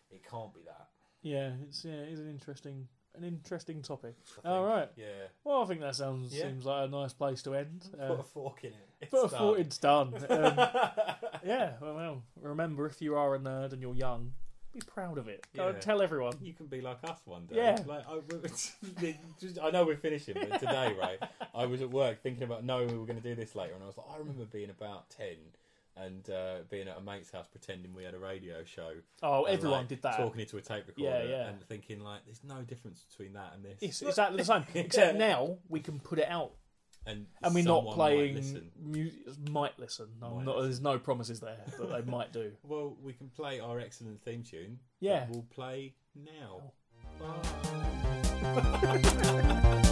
[SPEAKER 2] it can't be that.
[SPEAKER 1] Yeah, it's yeah, it's an interesting an interesting topic.
[SPEAKER 2] I think.
[SPEAKER 1] All right.
[SPEAKER 2] Yeah.
[SPEAKER 1] Well, I think that sounds
[SPEAKER 2] Yeah.
[SPEAKER 1] seems like a nice place to end. Uh,
[SPEAKER 2] Put a fork in it. It's
[SPEAKER 1] but I thought
[SPEAKER 2] done. <laughs>
[SPEAKER 1] it's done. Um, yeah. Well, well, remember if you are a nerd and you're young, be proud of it. Go and
[SPEAKER 2] Yeah.
[SPEAKER 1] tell everyone.
[SPEAKER 2] You can be like us one day.
[SPEAKER 1] Yeah.
[SPEAKER 2] Like, I, we- <laughs> just- I know we're finishing, but today, right? I was at work thinking about knowing we were going to do this later, and I was like, I remember being about ten and uh, being at a mate's house pretending we had a radio show.
[SPEAKER 1] Oh,
[SPEAKER 2] and,
[SPEAKER 1] everyone
[SPEAKER 2] like,
[SPEAKER 1] did that.
[SPEAKER 2] Talking into a tape recorder
[SPEAKER 1] Yeah, yeah.
[SPEAKER 2] and thinking like, there's no difference between that and this.
[SPEAKER 1] It's exactly
[SPEAKER 2] <laughs>
[SPEAKER 1] the same, except now we can put it out
[SPEAKER 2] and
[SPEAKER 1] and we're
[SPEAKER 2] someone
[SPEAKER 1] not
[SPEAKER 2] might
[SPEAKER 1] playing.
[SPEAKER 2] listen.
[SPEAKER 1] mu- might listen. I'm
[SPEAKER 2] Might
[SPEAKER 1] not,
[SPEAKER 2] listen.
[SPEAKER 1] There's no promises there, but they might do.
[SPEAKER 2] Well, we can play our excellent theme tune. that
[SPEAKER 1] Yeah. Oh.
[SPEAKER 2] we'll play now. Bye.